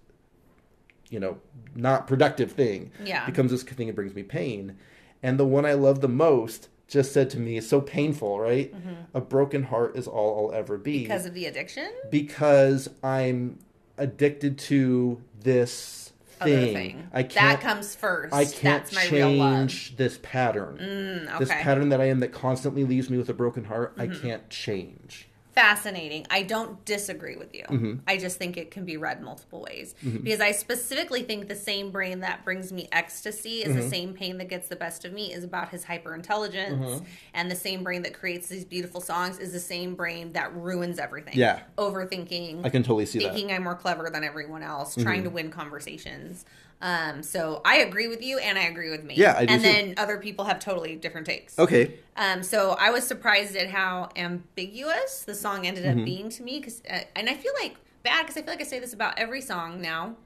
Speaker 2: you know, not productive thing.
Speaker 1: Yeah.
Speaker 2: Becomes this thing that brings me pain. And the one I love the most just said to me, it's so painful, right? A broken heart is all I'll ever be
Speaker 1: Mm-hmm. because of the addiction.
Speaker 2: because I'm addicted to this
Speaker 1: Other
Speaker 2: thing.
Speaker 1: thing
Speaker 2: I
Speaker 1: that
Speaker 2: can't.
Speaker 1: comes first.
Speaker 2: I can't
Speaker 1: That's my real love.
Speaker 2: change this pattern.
Speaker 1: Mm,
Speaker 2: This
Speaker 1: okay. Mm-hmm.
Speaker 2: pattern that I am that constantly leaves me with a broken heart. I can't change.
Speaker 1: fascinating. I don't disagree with you.
Speaker 2: Mm-hmm.
Speaker 1: I just think it can be read multiple ways because I specifically think the same brain that brings me ecstasy is
Speaker 2: Mm-hmm.
Speaker 1: the same pain that gets the best of me is about his hyper intelligence,
Speaker 2: Mm-hmm.
Speaker 1: and the same brain that creates these beautiful songs is the same brain that ruins everything.
Speaker 2: Yeah.
Speaker 1: overthinking.
Speaker 2: I can totally see that. Mm-hmm.
Speaker 1: thinking I'm more clever than everyone else, trying to win conversations. Um, so I agree with you, and I agree with me.
Speaker 2: Yeah, I do
Speaker 1: and
Speaker 2: too.
Speaker 1: then other people have totally different takes.
Speaker 2: Okay.
Speaker 1: Um, so I was surprised at how ambiguous the song ended up being to me, because uh, and I feel like bad because I feel like I say this about every song now,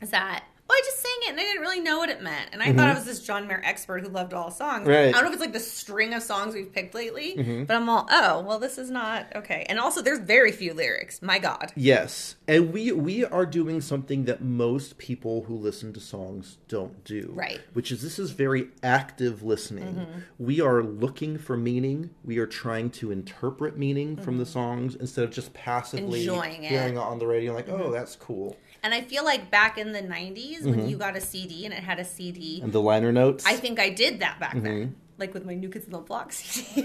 Speaker 1: is that oh I just sang it and I didn't really know what it meant, and I thought I was this John Mayer expert who loved all songs.
Speaker 2: Right.
Speaker 1: I don't know if it's like the string of songs we've picked lately, but I'm all oh well this is not okay, and also there's very few lyrics. My God.
Speaker 2: Yes, and we we are doing something that most people who listen to songs don't do.
Speaker 1: Right. Mm-hmm.
Speaker 2: Which is this is very active listening. We are looking for meaning. We are trying to interpret meaning from the songs instead of just passively
Speaker 1: Mm-hmm. Enjoying it. Mm-hmm.
Speaker 2: hearing it on the radio like, "Oh, that's cool."
Speaker 1: And I feel like back in the 90s when you got a CD and it had a CD,
Speaker 2: And the liner notes.
Speaker 1: I think I did that back then. Like with my New Kids on the Block CD.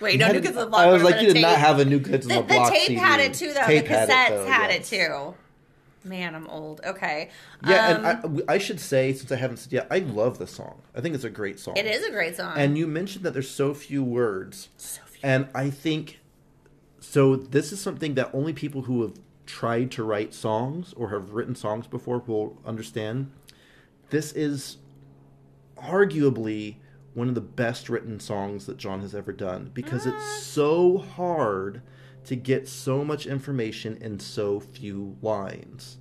Speaker 1: Wait,
Speaker 2: You
Speaker 1: no,
Speaker 2: Mm-hmm. had
Speaker 1: New
Speaker 2: it-
Speaker 1: Kids on the Block.
Speaker 2: I was
Speaker 1: would've
Speaker 2: like,
Speaker 1: been
Speaker 2: you
Speaker 1: a
Speaker 2: did not
Speaker 1: tape.
Speaker 2: have a new kids
Speaker 1: the,
Speaker 2: on the,
Speaker 1: the
Speaker 2: block.
Speaker 1: tape
Speaker 2: CD.
Speaker 1: had it too, though.
Speaker 2: Tape
Speaker 1: the
Speaker 2: had
Speaker 1: cassettes
Speaker 2: it,
Speaker 1: had it,
Speaker 2: though,
Speaker 1: too.
Speaker 2: yes.
Speaker 1: Man, I'm old. Okay.
Speaker 2: Yeah,
Speaker 1: Um,
Speaker 2: and I, w- I should say since I haven't said yet, I love the song. I think it's a great song.
Speaker 1: it is a great song.
Speaker 2: And you mentioned that there's so few words.
Speaker 1: so few.
Speaker 2: And I think So this is something that only people who have tried to write songs or have written songs before will understand. This is arguably one of the best written songs that John has ever done because it's so hard to get so much information in so few lines.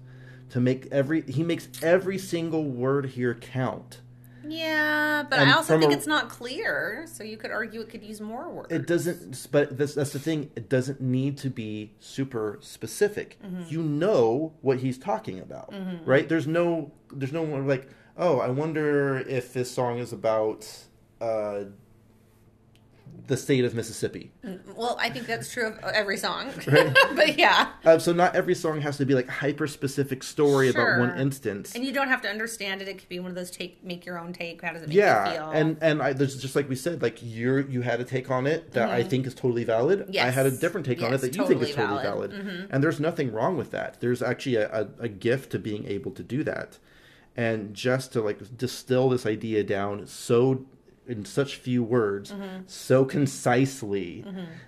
Speaker 2: To make every he makes every single word here count.
Speaker 1: Yeah, but
Speaker 2: And
Speaker 1: I also
Speaker 2: from
Speaker 1: think
Speaker 2: a-
Speaker 1: it's not clear, so you could argue it could use more words.
Speaker 2: It doesn't, but this, that's the thing. It doesn't need to be super specific.
Speaker 1: Mm-hmm.
Speaker 2: You know what he's talking about, right? There's no, there's no one like, oh, I wonder if this song is about uh, the state of Mississippi.
Speaker 1: Mm-hmm. Well, I think that's true of every song. but yeah.
Speaker 2: Uh, so not every song has to be like hyper specific story about
Speaker 1: Sure.
Speaker 2: one instance.
Speaker 1: And you don't have to understand it. It could be one of those take make your own take. How does it make you feel?
Speaker 2: yeah and and i there's just like we said like you're you had a take on it that i think is totally valid i had a
Speaker 1: Mm-hmm. Yes.
Speaker 2: different take on it
Speaker 1: Yes,
Speaker 2: that you think is
Speaker 1: totally
Speaker 2: totally
Speaker 1: valid.
Speaker 2: valid,
Speaker 1: Mm-hmm.
Speaker 2: and there's nothing wrong with that there's actually a, a, a gift to being able to do that and just to like distill this idea down so in such few words
Speaker 1: Mm-hmm.
Speaker 2: so concisely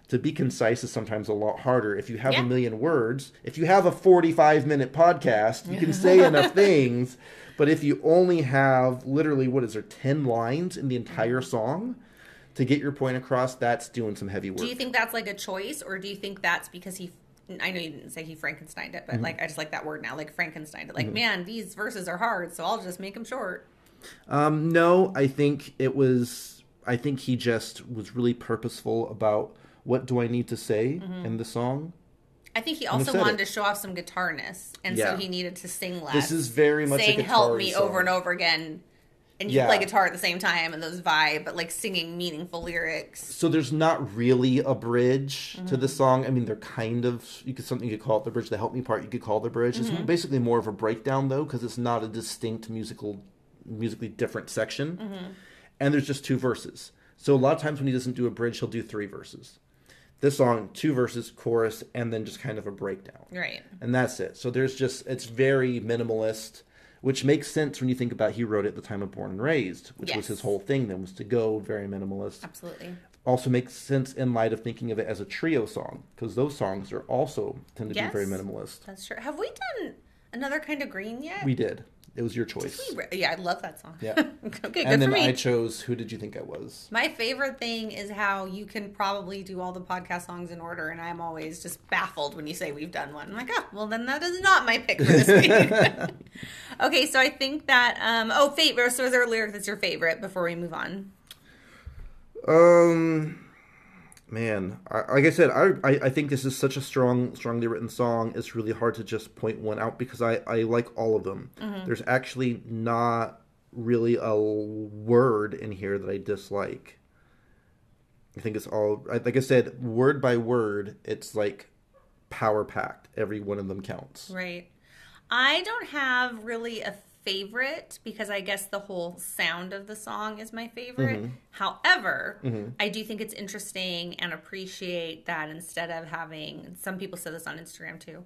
Speaker 2: to be concise is sometimes a lot harder if you have
Speaker 1: Yeah.
Speaker 2: a million words if you have a 45 minute podcast you can say enough things but if you only have literally what is there 10 lines in the entire
Speaker 1: Mm-hmm.
Speaker 2: song to get your point across that's doing some heavy work
Speaker 1: do you think that's like a choice, or do you think that's because he? I know you didn't say he Frankensteined it, but
Speaker 2: Mm-hmm.
Speaker 1: like I just like that word now, like Frankensteined it. Like man, these verses are hard, so I'll just make them short.
Speaker 2: Um, no, I think it was. I think he just was really purposeful about what do I need to say
Speaker 1: Mm-hmm.
Speaker 2: in the song.
Speaker 1: I think he also
Speaker 2: said
Speaker 1: wanted
Speaker 2: it.
Speaker 1: to show off some guitarness, and so
Speaker 2: Yeah.
Speaker 1: he needed to sing less.
Speaker 2: This is very much
Speaker 1: saying
Speaker 2: a
Speaker 1: "Help
Speaker 2: guitar-y
Speaker 1: me"
Speaker 2: song.
Speaker 1: over and over again, and you play
Speaker 2: Yeah.
Speaker 1: guitar at the same time, and those vibe, but like singing meaningful lyrics.
Speaker 2: So there's not really a bridge to the song. I mean, they're kind of you could something you could call it the bridge. The help me part you could call the bridge. It's basically more of a breakdown though, because it's not a distinct musical, musically different section. And there's just two verses. So a lot of times when he doesn't do a bridge, he'll do three verses. This song, two verses, chorus, and then just kind of a breakdown.
Speaker 1: Right.
Speaker 2: and that's it. So there's just it's very minimalist, which makes sense when you think about he wrote it at the time of Born and Raised, which
Speaker 1: Yes.
Speaker 2: was his whole thing. Then was to go very minimalist.
Speaker 1: Absolutely.
Speaker 2: Also makes sense in light of thinking of it as a trio song because those songs are also tend to
Speaker 1: Yes.
Speaker 2: be very minimalist.
Speaker 1: That's true. Have we done another kind of green yet?
Speaker 2: We did. It was your choice.
Speaker 1: Re- yeah, I love that song.
Speaker 2: Yeah.
Speaker 1: okay, good
Speaker 2: and
Speaker 1: for
Speaker 2: then
Speaker 1: me.
Speaker 2: I chose who did you think I was?
Speaker 1: My favorite thing is how you can probably do all the podcast songs in order, and I'm always just baffled when you say we've done one. I'm like, oh, well, then that is not my pick for this week. okay, so I think that, um, oh, favorite. So is there a lyric that's your favorite before we move on?
Speaker 2: Um, man, I, like I said, I, I I think this is such a strong, strongly written song. It's really hard to just point one out because I I like all of them.
Speaker 1: Mm-hmm.
Speaker 2: There's actually not really a word in here that I dislike. I think it's all I- like I said, word by word. It's like power packed. Every one of them counts.
Speaker 1: Right. I don't have really a favorite because I guess the whole sound of the song is my favorite. However, I do think it's interesting and appreciate that instead of having some people said this on Instagram too.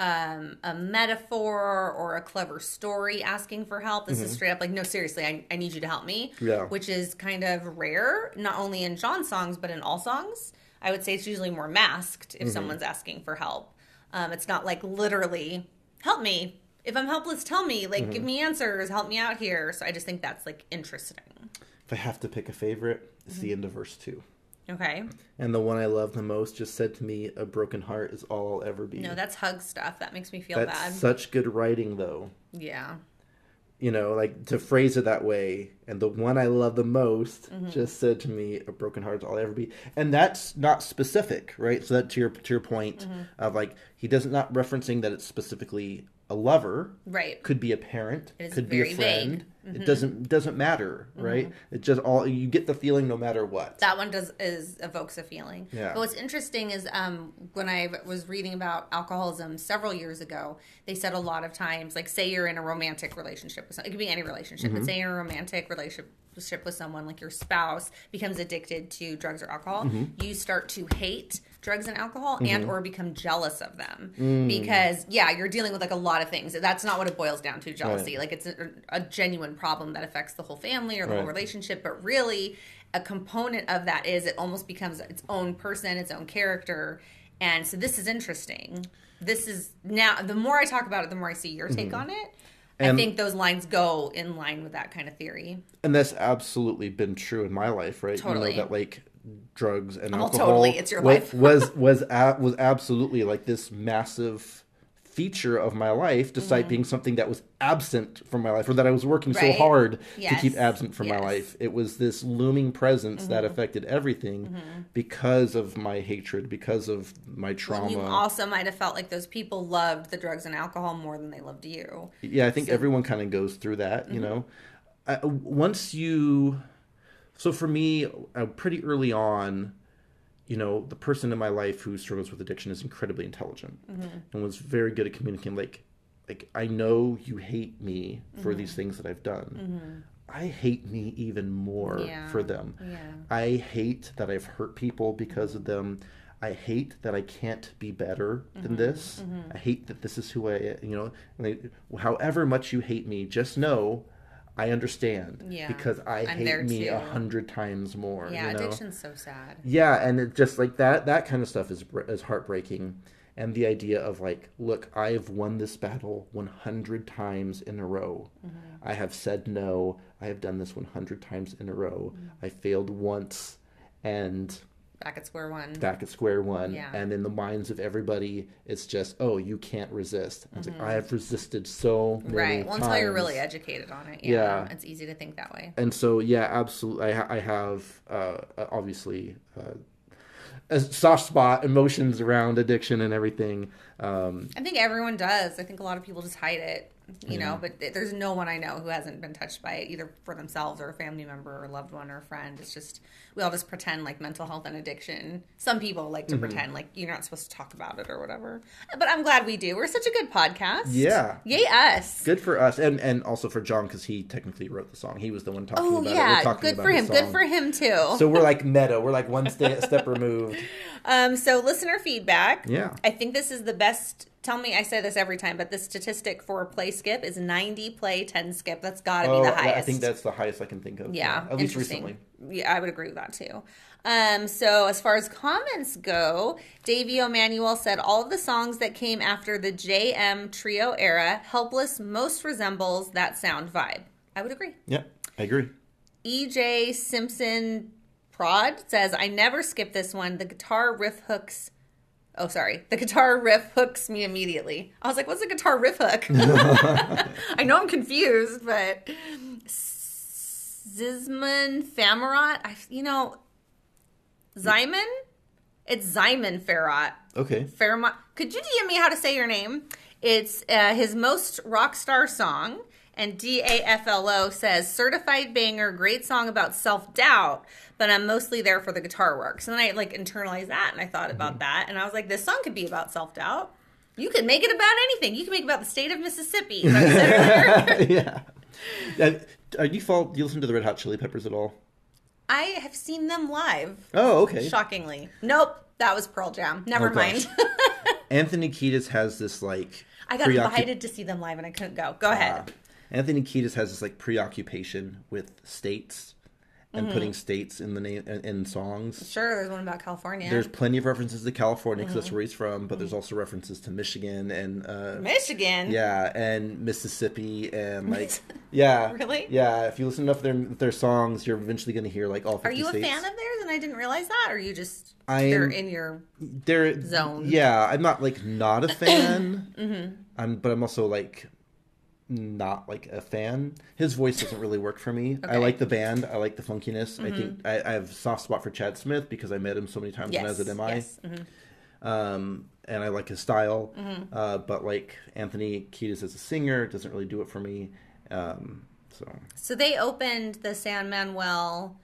Speaker 1: Um, a metaphor or a clever story asking for help. This is straight up like, no, seriously, I, I need you to help me.
Speaker 2: Yeah.
Speaker 1: Which is kind of rare, not only in John songs, but in all songs. I would say it's usually more masked if someone's asking for help. Um, it's not like literally, help me. If I'm helpless, tell me. Like, give me answers. Help me out here. So I just think that's like interesting.
Speaker 2: If I have to pick a favorite, it's
Speaker 1: Mm-hmm.
Speaker 2: the end of verse two.
Speaker 1: Okay.
Speaker 2: And the one I love the most just said to me, "A broken heart is all I'll ever be."
Speaker 1: No, that's hug stuff. That makes me feel
Speaker 2: That's
Speaker 1: bad.
Speaker 2: such good writing, though.
Speaker 1: yeah.
Speaker 2: You know, like to phrase it that way. And the one I love the most
Speaker 1: Mm-hmm.
Speaker 2: just said to me, "A broken heart is all I ever be." And that's not specific, right? So that to your to your point
Speaker 1: Mm-hmm.
Speaker 2: of like he doesn't not referencing that it's specifically a lover,
Speaker 1: Right.
Speaker 2: could be a parent,
Speaker 1: It is
Speaker 2: could be
Speaker 1: very Mm-hmm.
Speaker 2: a friend. It doesn't doesn't matter, right? It just all you get the feeling no matter what.
Speaker 1: That one does is evokes a feeling.
Speaker 2: Yeah.
Speaker 1: But what's interesting is um, when I was reading about alcoholism several years ago, they said a lot of times, like say you're in a romantic relationship with someone, it could be any relationship, but say you're in a romantic relationship with someone, like your spouse becomes addicted to drugs or alcohol, you start to hate drugs and alcohol
Speaker 2: Mm-hmm.
Speaker 1: and or become jealous of them
Speaker 2: Mm.
Speaker 1: because yeah you're dealing with like a lot of things that's not what it boils down to jealousy like it's a, a genuine problem that affects the whole family or the whole
Speaker 2: Right.
Speaker 1: relationship relationship, but really a component of that is it almost becomes its own person, its own character. And so this is interesting. This is now the more I talk about it, the more I see your take on it.
Speaker 2: Mm-hmm. And-
Speaker 1: I think those lines go in line with that kind of theory.
Speaker 2: And that's absolutely been true in my life, right?
Speaker 1: Totally.
Speaker 2: You know that like drugs and
Speaker 1: Well,
Speaker 2: alcohol
Speaker 1: totally, it's your
Speaker 2: wa-
Speaker 1: life.
Speaker 2: was was a, was absolutely like this massive feature of my life despite being something that was absent from my life or that I was working
Speaker 1: Mm-hmm. Right.
Speaker 2: so hard to
Speaker 1: Yes.
Speaker 2: keep absent from
Speaker 1: Yes. Mm-hmm.
Speaker 2: my life. It was this looming presence that affected everything because of my hatred, because of my trauma.
Speaker 1: You also might have felt like those people loved the drugs and alcohol more than they loved you.
Speaker 2: Yeah, I think everyone kind of goes through that, you know. I, uh, once you, so for me, uh, pretty early on, you know, the person in my life who struggles with addiction is incredibly intelligent and was very good at communicating. Like, like I know you hate me for these things that I've done. I hate me even more
Speaker 1: Yeah.
Speaker 2: for them.
Speaker 1: Yeah.
Speaker 2: I hate that I've hurt people because of them. I hate that I can't be better
Speaker 1: Mm-hmm.
Speaker 2: than this. I hate that this is who I, you know, and I- however much you hate me, just know I understand
Speaker 1: Yeah.
Speaker 2: because I
Speaker 1: I'm there
Speaker 2: hate me a
Speaker 1: too.
Speaker 2: hundred times more.
Speaker 1: Yeah,
Speaker 2: you know?
Speaker 1: addiction's so sad.
Speaker 2: Yeah, and it just like that that kind of stuff is br- is heartbreaking. And the idea of like, look, I have won this battle 100 times in a row.
Speaker 1: Mm-hmm.
Speaker 2: I have said no. I have done this 100 times in a row.
Speaker 1: Mm-hmm.
Speaker 2: I failed once and
Speaker 1: Back at square one.
Speaker 2: back at square one.
Speaker 1: Yeah.
Speaker 2: And in the minds of everybody, it's just, oh, you can't resist. It's like, I have resisted so many
Speaker 1: Mm-hmm. right. Well, until you're really
Speaker 2: times."
Speaker 1: educated on it. Yeah.
Speaker 2: Yeah.
Speaker 1: It's easy to think that way.
Speaker 2: and so yeah absolutely i, ha- I have uh, obviously uh, a soft spot emotions around addiction and everything um,
Speaker 1: I think everyone does. I think a lot of people just hide it, you know, but th- there's no one I know who hasn't been touched by it, either for themselves or a family member or a loved one or a friend. It's just, we all just pretend like mental health and addiction. Some people like
Speaker 2: Mm-hmm.
Speaker 1: to pretend like you're not supposed to talk about it or whatever. But I'm glad we do. We're such a good podcast.
Speaker 2: Yeah.
Speaker 1: Yay, us.
Speaker 2: good for us and and also for john because he technically wrote the song he was the one talking
Speaker 1: Oh
Speaker 2: about it
Speaker 1: yeah,
Speaker 2: we're talking
Speaker 1: good
Speaker 2: about
Speaker 1: for
Speaker 2: his
Speaker 1: him. Good
Speaker 2: song.
Speaker 1: for him too.
Speaker 2: so we're like meta we're like one sta- step removed
Speaker 1: um, so listener feedback.
Speaker 2: Yeah.
Speaker 1: I think this is the best. Tell me, I say this every time, but the statistic for a play skip is ninety play, ten skip. That's got to be the highest.
Speaker 2: Oh, i think that's the highest i can think of
Speaker 1: yeah,
Speaker 2: at least
Speaker 1: interesting.
Speaker 2: recently
Speaker 1: Yeah, I would agree with that too. Um, so as far as comments go, Davey O'Manuel said all of the songs that came after the JM trio era, "Helpless" most resembles that sound vibe. I would agree.
Speaker 2: yeah i agree
Speaker 1: EJ E Simpson Prod says, I never skip this one. The guitar riff hooks. Oh, sorry. The guitar riff hooks me immediately. I was like, what's a guitar riff hook? I know I'm confused, but. Zisman Famarot? I, you know, Zyman? It's Zyman Farot.
Speaker 2: okay
Speaker 1: Fairmont. Could you DM me how to say your name? It's uh, his most rock star song. And DAFLO says, certified banger, great song about self doubt, but I'm mostly there for the guitar work. So then I like internalized that and I thought
Speaker 2: Mm-hmm.
Speaker 1: about that. And I was like, this song could be about self doubt. You can make it about anything. You can make it about the state of Mississippi. Is that what you said earlier?
Speaker 2: yeah Uh, are you fall do you listen to the red hot chili peppers at all
Speaker 1: I have seen them live,
Speaker 2: oh okay
Speaker 1: shockingly. Nope, that was Pearl Jam. Never
Speaker 2: Oh, gosh.
Speaker 1: mind.
Speaker 2: anthony kiedis has this like
Speaker 1: I got
Speaker 2: preoccup-
Speaker 1: invited to see them live and I couldn't go. Go
Speaker 2: Uh,
Speaker 1: ahead.
Speaker 2: Anthony Kiedis has this like preoccupation with states and
Speaker 1: Mm-hmm.
Speaker 2: putting states in the name in, in songs.
Speaker 1: Sure, there's one about California.
Speaker 2: There's plenty of references to California because
Speaker 1: Mm-hmm.
Speaker 2: that's where he's from, but there's also references to Michigan and uh,
Speaker 1: Michigan.
Speaker 2: yeah, and Mississippi and like yeah,
Speaker 1: Really?
Speaker 2: yeah. If you listen to enough of their their songs, you're eventually going to hear like all. 50
Speaker 1: Are you a
Speaker 2: states.
Speaker 1: fan of theirs? And I didn't realize that. Or you just
Speaker 2: I'm-
Speaker 1: they're in your
Speaker 2: They're
Speaker 1: Zone. Mm-hmm.
Speaker 2: Yeah, I'm not like not a fan. I'm, but I'm also like not like a fan. His voice doesn't really work for me. I
Speaker 1: Okay. Mm-hmm.
Speaker 2: like the band. I like the funkiness. I think I, I have a soft spot for Chad Smith because I met him so many times when I
Speaker 1: yes,
Speaker 2: was at MI.
Speaker 1: yes. Mhm.
Speaker 2: Um, and I like his style.
Speaker 1: Mm-hmm.
Speaker 2: Uh, but like Anthony Kiedis as a singer doesn't really do it for me. Um, so
Speaker 1: So they opened the San Manuel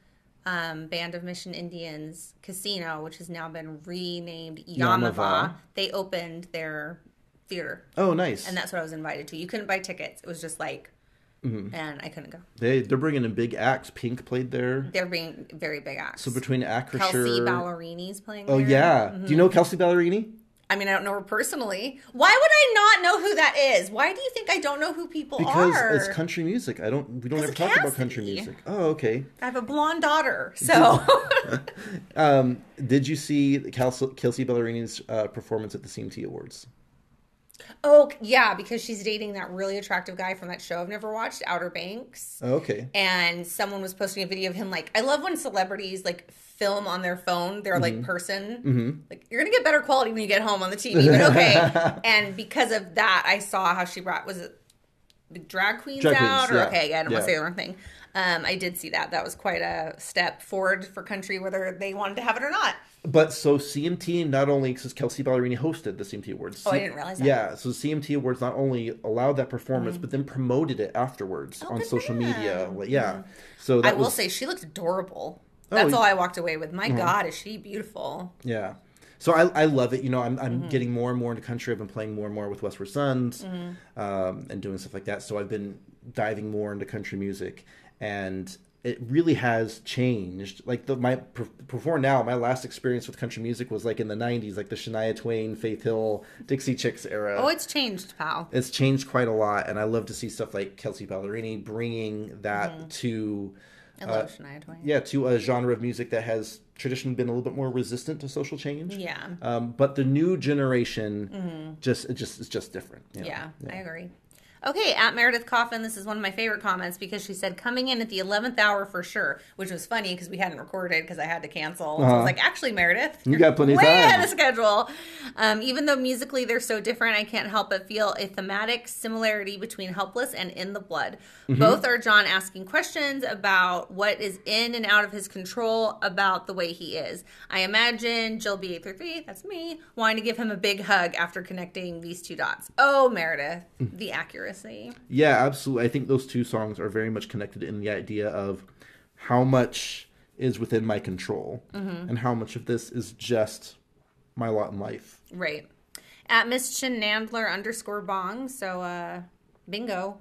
Speaker 1: um, Band of Mission Indians Casino, which has now been renamed Yamava.
Speaker 2: Yamava.
Speaker 1: They opened their theater,
Speaker 2: oh nice.
Speaker 1: and that's what I was invited to. You couldn't buy tickets. It was just like,
Speaker 2: Mm-hmm.
Speaker 1: and I couldn't go.
Speaker 2: they they're bringing in big acts. Pink played there.
Speaker 1: They're being very big acts.
Speaker 2: So between Acrisure.
Speaker 1: Kelsey Ballerini's playing.
Speaker 2: Oh
Speaker 1: there.
Speaker 2: yeah. Do you know Kelsey Ballerini?
Speaker 1: I mean, I don't know her personally. Why would I not know who that is? Why do you think I don't know who people
Speaker 2: Because
Speaker 1: are?
Speaker 2: it's country music. I don't. We don't ever
Speaker 1: Because
Speaker 2: talk
Speaker 1: of
Speaker 2: about country
Speaker 1: Cassidy.
Speaker 2: music. Oh, okay.
Speaker 1: I have a blonde daughter, so
Speaker 2: Um, did you see Kelsey, Kelsey Ballerini's uh, performance at the CMT Awards?
Speaker 1: oh yeah, because she's dating that really attractive guy from that show I've never watched, Outer Banks.
Speaker 2: Oh, okay.
Speaker 1: and someone was posting a video of him like i love when celebrities like film on their phone their
Speaker 2: Mm-hmm.
Speaker 1: like person like you're gonna get better quality when you get home on the tv but okay and because of that i saw how she brought was it the drag queens
Speaker 2: Drag queens,
Speaker 1: out or
Speaker 2: yeah.
Speaker 1: okay yeah i don't want to
Speaker 2: Yeah.
Speaker 1: say the wrong thing um, i did see that that was quite a step forward for country whether they wanted to have it or not
Speaker 2: But so CMT not only because Kelsey Ballerini hosted the CMT Awards.
Speaker 1: Oh, I didn't realize that. Mm.
Speaker 2: Yeah, so CMT Awards not only allowed that performance, but then promoted it afterwards on
Speaker 1: Oh, good for
Speaker 2: social media.
Speaker 1: them.
Speaker 2: Like, yeah. So that
Speaker 1: i will
Speaker 2: was Oh,
Speaker 1: say she looks adorable that's
Speaker 2: y- Mm-hmm.
Speaker 1: all i walked away with my god is she beautiful
Speaker 2: yeah. So I, I love it. You know, I'm, I'm getting more and more into country. I've been playing more and more with Westward Sons um, and doing stuff like that. So I've been diving more into country music, and it really has changed. Like the my pre- before now, my last experience with country music was like in the '90s, like the Shania Twain, Faith Hill, Dixie Chicks era.
Speaker 1: oh it's changed pal
Speaker 2: it's changed quite a lot, and I love to see stuff like Kelsey Ballerini bringing that to
Speaker 1: i love shania twain
Speaker 2: yeah to a genre of music that has traditionally been a little bit more resistant to social change.
Speaker 1: yeah
Speaker 2: Um, but the new generation just it just it's just different. you know?
Speaker 1: Mm-hmm. Yeah, I agree. Okay, at Meredith Coffin, this is one of my favorite comments because she said coming in at the eleventh hour for sure, which was funny because we hadn't recorded because I had to cancel. So I
Speaker 2: Uh-huh.
Speaker 1: was like, actually, Meredith,
Speaker 2: You got plenty of
Speaker 1: way
Speaker 2: time.
Speaker 1: ahead of schedule. Um, even though musically they're so different, I can't help but feel a thematic similarity between Helpless and In the Blood.
Speaker 2: Mm-hmm.
Speaker 1: Both are John asking questions about what is in and out of his control about the way he is. I imagine Jill B833, that's me, wanting to give him a big hug after connecting these two dots. Oh, Meredith,
Speaker 2: Mm.
Speaker 1: the accuracy.
Speaker 2: Yeah, absolutely. I think those two songs are very much connected in the idea of how much is within my control
Speaker 1: Mm-hmm.
Speaker 2: and how much of this is just my lot in life.
Speaker 1: Right. At Miss Chenandler underscore bong. So, uh, bingo.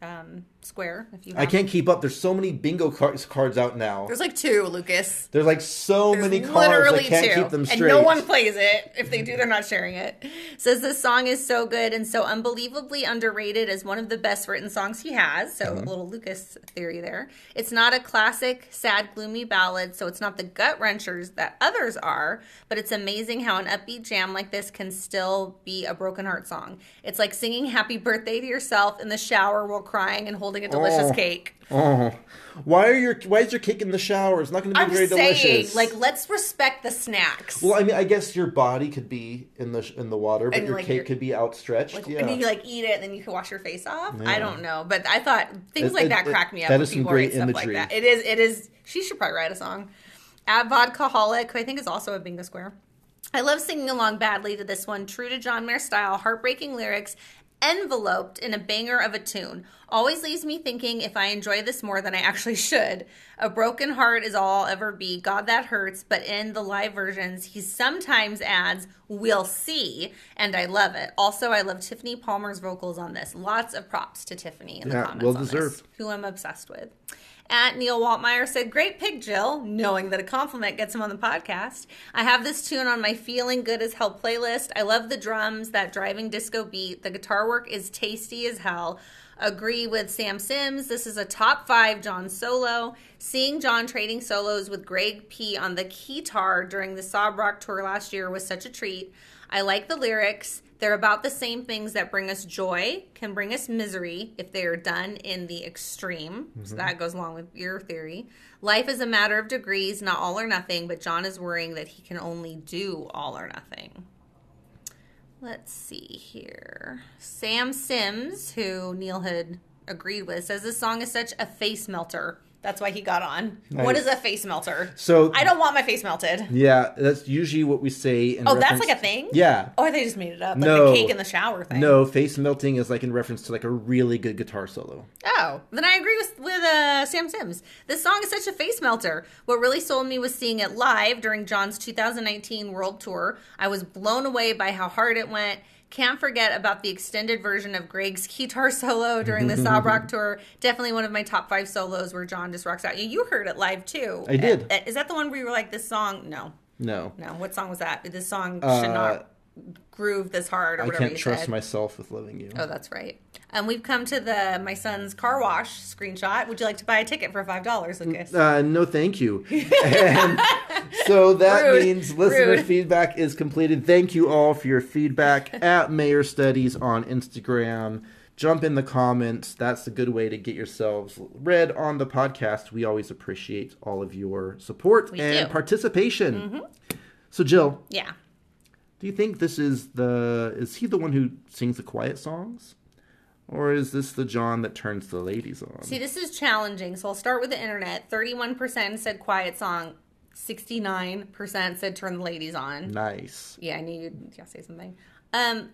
Speaker 1: Um, square, if you
Speaker 2: I
Speaker 1: have.
Speaker 2: can't keep up. There's so many bingo cards cards out now.
Speaker 1: There's like two, Lucas.
Speaker 2: There's like so many
Speaker 1: There's
Speaker 2: cards. I can't keep them
Speaker 1: and
Speaker 2: straight.
Speaker 1: no one plays it. If they do, they're not sharing it. Says this song is so good and so unbelievably underrated as one of the best written songs he has. So
Speaker 2: Mm-hmm.
Speaker 1: a little Lucas theory there. It's not a classic, sad, gloomy ballad, so it's not the gut wrenchers that others are. But it's amazing how an upbeat jam like this can still be a broken heart song. It's like singing "Happy Birthday" to yourself in the shower while crying and holding a delicious
Speaker 2: Oh.
Speaker 1: cake.
Speaker 2: Oh, why are your why is your cake in the shower? It's not going to be
Speaker 1: I'm
Speaker 2: very
Speaker 1: saying,
Speaker 2: delicious.
Speaker 1: like, let's respect the snacks.
Speaker 2: well, I mean, I guess your body could be in the sh- in the water, but
Speaker 1: And,
Speaker 2: your
Speaker 1: like,
Speaker 2: cake
Speaker 1: your-
Speaker 2: could be outstretched.
Speaker 1: Like,
Speaker 2: yeah.
Speaker 1: And then you like eat it, and then you can wash your face off.
Speaker 2: Yeah.
Speaker 1: I don't know, but I thought things
Speaker 2: It-
Speaker 1: like
Speaker 2: it-
Speaker 1: that
Speaker 2: it-
Speaker 1: crack me up.
Speaker 2: that
Speaker 1: when
Speaker 2: is some
Speaker 1: people
Speaker 2: great
Speaker 1: write stuff
Speaker 2: imagery.
Speaker 1: Like that. It is. It is. She should probably write a song. At Vodkaholic, who I think is also a bingo square. I love singing along badly to this one, true to John Mayer style, heartbreaking lyrics, enveloped in a banger of a tune. Always leaves me thinking if I enjoy this more than I actually should. A broken heart is all I'll ever be. God, that hurts. But in the live versions, he sometimes adds, We'll see. And I love it. Also, I love Tiffany Palmer's vocals on this. Lots of props to Tiffany in
Speaker 2: Yeah,
Speaker 1: the comments.
Speaker 2: well
Speaker 1: on this,
Speaker 2: deserved.
Speaker 1: who I'm obsessed with. At Neil Waltmeyer said, Great pick, Jill, knowing that a compliment gets him on the podcast. I have this tune on my Feeling Good as Hell playlist. I love the drums, that driving disco beat. The guitar work is tasty as hell. Agree with Sam Sims. This is a top five John solo. Seeing John trading solos with Greg P on the keytar during the Sob Rock tour last year was such a treat. I like the lyrics. They're about the same things that bring us joy, can bring us misery if they are done in the extreme.
Speaker 2: Mm-hmm.
Speaker 1: So that goes along with your theory. Life is a matter of degrees, not all or nothing, but John is worrying that he can only do all or nothing. Let's see here. Sam Sims, who Neil had agreed with, says this song is such a face melter. That's why he got on. What
Speaker 2: Nice.
Speaker 1: is a face melter?
Speaker 2: so
Speaker 1: I don't want my face melted.
Speaker 2: yeah, that's usually what we say. In
Speaker 1: Oh, that's
Speaker 2: reference-
Speaker 1: like a thing?
Speaker 2: Yeah.
Speaker 1: Oh, they just made it up. Like
Speaker 2: No.
Speaker 1: the cake in the shower thing.
Speaker 2: No, face melting is like in reference to like a really good guitar solo.
Speaker 1: Oh, then I agree with with uh, Sam Sims. This song is such a face melter. What really sold me was seeing it live during John's 2019 world tour. I was blown away by how hard it went. Can't forget about the extended version of Greg's guitar solo during the Sob Rock tour. Definitely one of my top five solos where John just rocks out. You- You heard it live too.
Speaker 2: I did.
Speaker 1: Uh, Is that the one where you were like, "This song? No,
Speaker 2: No.
Speaker 1: no. What song was that? This song should
Speaker 2: Uh,
Speaker 1: not." groove this hard or
Speaker 2: I
Speaker 1: whatever
Speaker 2: can't
Speaker 1: you
Speaker 2: trust
Speaker 1: said.
Speaker 2: myself with loving you.
Speaker 1: Oh, that's right. And we've come to the my son's car wash screenshot. Would you like to buy a ticket for five dollars, Lucas?
Speaker 2: Uh, no, thank you. and so that
Speaker 1: Rude.
Speaker 2: means listener
Speaker 1: Rude.
Speaker 2: feedback is completed. Thank you all for your feedback at Mayor Studies on Instagram. Jump in the comments. That's a good way to get yourselves read on the podcast. We always appreciate all of your support
Speaker 1: We
Speaker 2: and
Speaker 1: do. Mm-hmm.
Speaker 2: participation. So, Jill,
Speaker 1: yeah.
Speaker 2: do you think this is the is he the one who sings the quiet songs, or is this the John that turns the ladies on?
Speaker 1: See, this is challenging. So I'll start with the internet. Thirty-one percent said quiet song. Sixty-nine percent said turn the ladies on.
Speaker 2: nice.
Speaker 1: Yeah, I knew you'd yeah, say something. Um,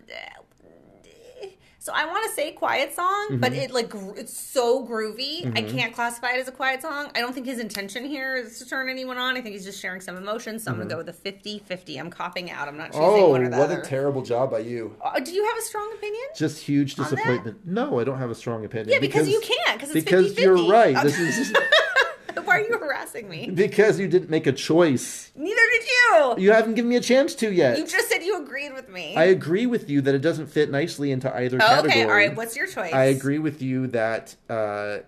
Speaker 1: so I want to say quiet song, but
Speaker 2: Mm-hmm.
Speaker 1: it like gr- it's so groovy. I can't classify it as a quiet song. I don't think his intention here is to turn anyone on. I think he's just sharing some emotions. So I'm
Speaker 2: Mm-hmm.
Speaker 1: gonna go with a 50-50. I'm copping out. I'm not choosing
Speaker 2: Oh,
Speaker 1: one or the other.
Speaker 2: terrible job by you.
Speaker 1: Oh, do you have a strong opinion?
Speaker 2: Just huge
Speaker 1: that?
Speaker 2: disappointment. No, I don't have a strong opinion.
Speaker 1: Yeah, because, you can't. Because it's
Speaker 2: because
Speaker 1: 50-50.
Speaker 2: you're right. This is
Speaker 1: Why are you harassing me?
Speaker 2: because you didn't make a choice.
Speaker 1: Neither did you.
Speaker 2: You haven't given me a chance to yet.
Speaker 1: You just said you agreed with me.
Speaker 2: I agree with you that it doesn't fit nicely into either category.
Speaker 1: okay, all right. What's your choice?
Speaker 2: I agree with you that uh,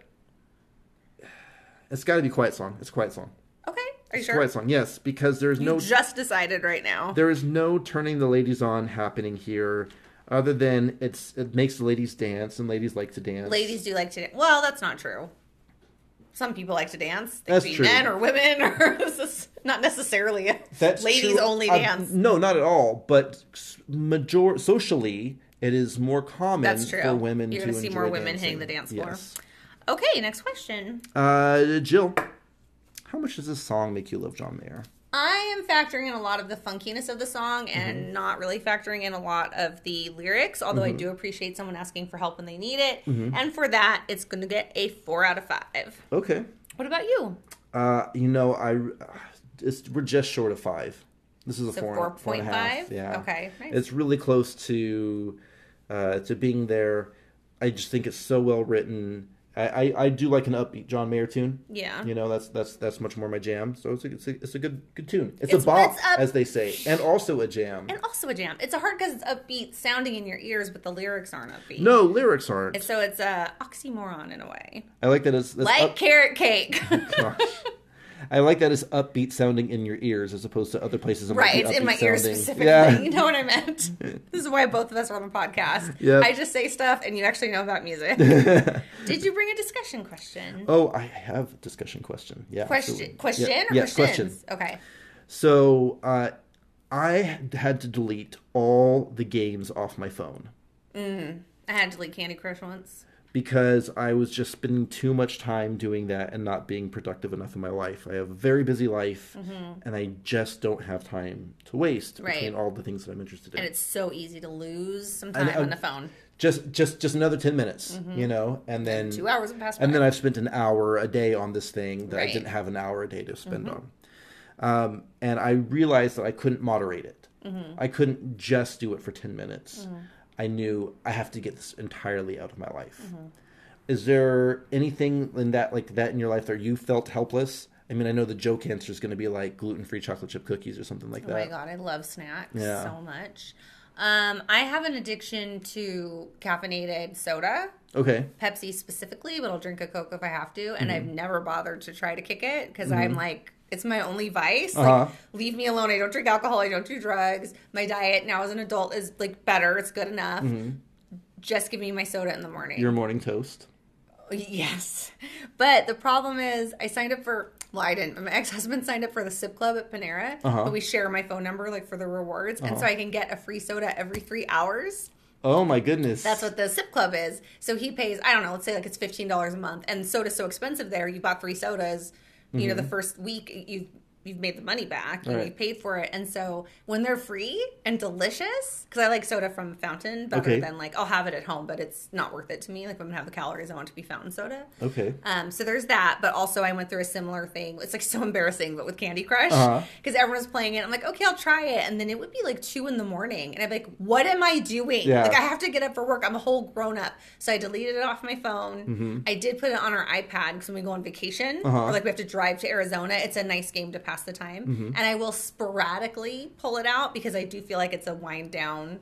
Speaker 2: it's got to be quiet song. It's a quiet song.
Speaker 1: Okay, are you
Speaker 2: It's
Speaker 1: sure?
Speaker 2: a quiet song. Yes, because there's
Speaker 1: You
Speaker 2: no
Speaker 1: just decided right now.
Speaker 2: there is no turning the ladies on happening here, other than it's it makes the ladies dance and ladies like to dance.
Speaker 1: Ladies do like to dance. Well, that's not true. Some people like to dance. They
Speaker 2: That's
Speaker 1: could be
Speaker 2: true.
Speaker 1: men or women, or this is not necessarily a
Speaker 2: That's
Speaker 1: ladies
Speaker 2: true.
Speaker 1: only
Speaker 2: Uh,
Speaker 1: dance.
Speaker 2: no, not at all. But s- major socially, it is more common
Speaker 1: That's true.
Speaker 2: for women
Speaker 1: You're
Speaker 2: to
Speaker 1: gonna see
Speaker 2: enjoy
Speaker 1: more women hitting
Speaker 2: dancing.
Speaker 1: the dance floor.
Speaker 2: Yes.
Speaker 1: Okay, next question.
Speaker 2: Uh, Jill, how much does this song make you love John Mayer?
Speaker 1: I am factoring in a lot of the funkiness of the song and
Speaker 2: Mm-hmm.
Speaker 1: not really factoring in a lot of the lyrics, although I do appreciate someone asking for help when they need it.
Speaker 2: Mm-hmm.
Speaker 1: And for that, it's going to get a four out of five.
Speaker 2: Okay.
Speaker 1: What about you?
Speaker 2: Uh, you know, I uh, it's, we're just short of five. This is a
Speaker 1: So
Speaker 2: four,
Speaker 1: four
Speaker 2: four and
Speaker 1: point
Speaker 2: a half.
Speaker 1: five?
Speaker 2: Yeah.
Speaker 1: Okay, nice.
Speaker 2: It's really close to uh, to being there. I just think it's so well written. I, I, I do like an upbeat John Mayer tune.
Speaker 1: Yeah.
Speaker 2: You know that's that's that's much more my jam. So it's a, it's a, it's a good good tune. It's,
Speaker 1: It's-
Speaker 2: a bop
Speaker 1: it's up-
Speaker 2: as they say, and also a jam.
Speaker 1: And also a jam. It's a hard because it's upbeat sounding in your ears, but the lyrics aren't upbeat.
Speaker 2: no lyrics aren't.
Speaker 1: So it's a oxymoron in a way.
Speaker 2: I like that it's that's
Speaker 1: Like
Speaker 2: up-
Speaker 1: carrot cake.
Speaker 2: Gosh. I like that it's upbeat sounding in your ears as opposed to other places. It might
Speaker 1: right,
Speaker 2: be
Speaker 1: it's in
Speaker 2: upbeat
Speaker 1: my ears
Speaker 2: sounding.
Speaker 1: specifically. You know what I meant? This is why both of us are on the podcast.
Speaker 2: Yep.
Speaker 1: I just say stuff and you actually know about music.
Speaker 2: Yeah.
Speaker 1: Did you bring a discussion question?
Speaker 2: Oh, I have a discussion question. Yeah. Oh, absolutely.
Speaker 1: Question question
Speaker 2: Yeah,
Speaker 1: or
Speaker 2: yes,
Speaker 1: questions?
Speaker 2: question.
Speaker 1: Okay.
Speaker 2: So uh, I had to delete all the games off my phone
Speaker 1: I had to delete Candy Crush once.
Speaker 2: because I was just spending too much time doing that and not being productive enough in my life. I have a very busy life and I just don't have time to waste
Speaker 1: Mm-hmm. Right.
Speaker 2: between all the things that I'm interested in.
Speaker 1: And it's so easy to lose some time
Speaker 2: uh,
Speaker 1: on the phone.
Speaker 2: just just just another 10 minutes, you know, and then
Speaker 1: Mm-hmm. Two hours have passed by.
Speaker 2: and then I've spent an hour a day on this thing that
Speaker 1: Right. Mm-hmm.
Speaker 2: I didn't have an hour a day to spend on. Um, and I realized that I couldn't moderate it.
Speaker 1: Mm-hmm.
Speaker 2: I couldn't just do it for 10 minutes. I knew I have to get this entirely out of my life.
Speaker 1: Mm-hmm.
Speaker 2: Is there anything in that like that in your life that you felt helpless? I mean, I know the joke answer is going to be like gluten-free chocolate chip cookies or something like
Speaker 1: Oh my
Speaker 2: that.
Speaker 1: god, I love snacks
Speaker 2: Yeah.
Speaker 1: so much. Um, I have an addiction to caffeinated soda,
Speaker 2: Okay.
Speaker 1: Pepsi specifically, but I'll drink a Coke if I have to, and
Speaker 2: Mm-hmm.
Speaker 1: I've never bothered to try to kick it because I'm like, it's my only vice. Like,
Speaker 2: Uh-huh.
Speaker 1: leave me alone. I don't drink alcohol. I don't do drugs. My diet now as an adult is like better. It's good enough.
Speaker 2: Mm-hmm.
Speaker 1: Just give me my soda in the morning.
Speaker 2: Your morning toast.
Speaker 1: Yes. But the problem is, I signed up for, well, I didn't. My ex husband signed up for the sip club at Panera,
Speaker 2: Uh-huh.
Speaker 1: but we share my phone number, like for the rewards. And so I can get a free soda every three hours.
Speaker 2: Oh my goodness.
Speaker 1: That's what the sip club is. So he pays, I don't know, let's say like it's $15 a month. And soda's so expensive there. You bought three sodas, you know, the first week you've, you've made the money back and
Speaker 2: Mm-hmm. Right.
Speaker 1: you've paid for it. And so when they're free and delicious, because I like soda from a fountain better
Speaker 2: Okay.
Speaker 1: than like I'll have it at home, but it's not worth it to me. Like if I'm going to have the calories, I want it to be fountain soda.
Speaker 2: Okay.
Speaker 1: Um, so there's that, but also I went through a similar thing. It's like so embarrassing, but with Candy Crush because
Speaker 2: Uh-huh.
Speaker 1: everyone's playing it. I'm like, okay, I'll try it, and then it would be like two in the morning, and I'd be like, what am I doing?
Speaker 2: Yeah.
Speaker 1: Like I have to get up for work. I'm a whole grown up, so I deleted it off my phone. I did put it on our iPad because when we go on vacation
Speaker 2: Mm-hmm. Uh-huh. Mm-hmm.
Speaker 1: or like we have to drive to Arizona, it's a nice game to pass the time. And I will sporadically pull it out because I do feel like it's a wind down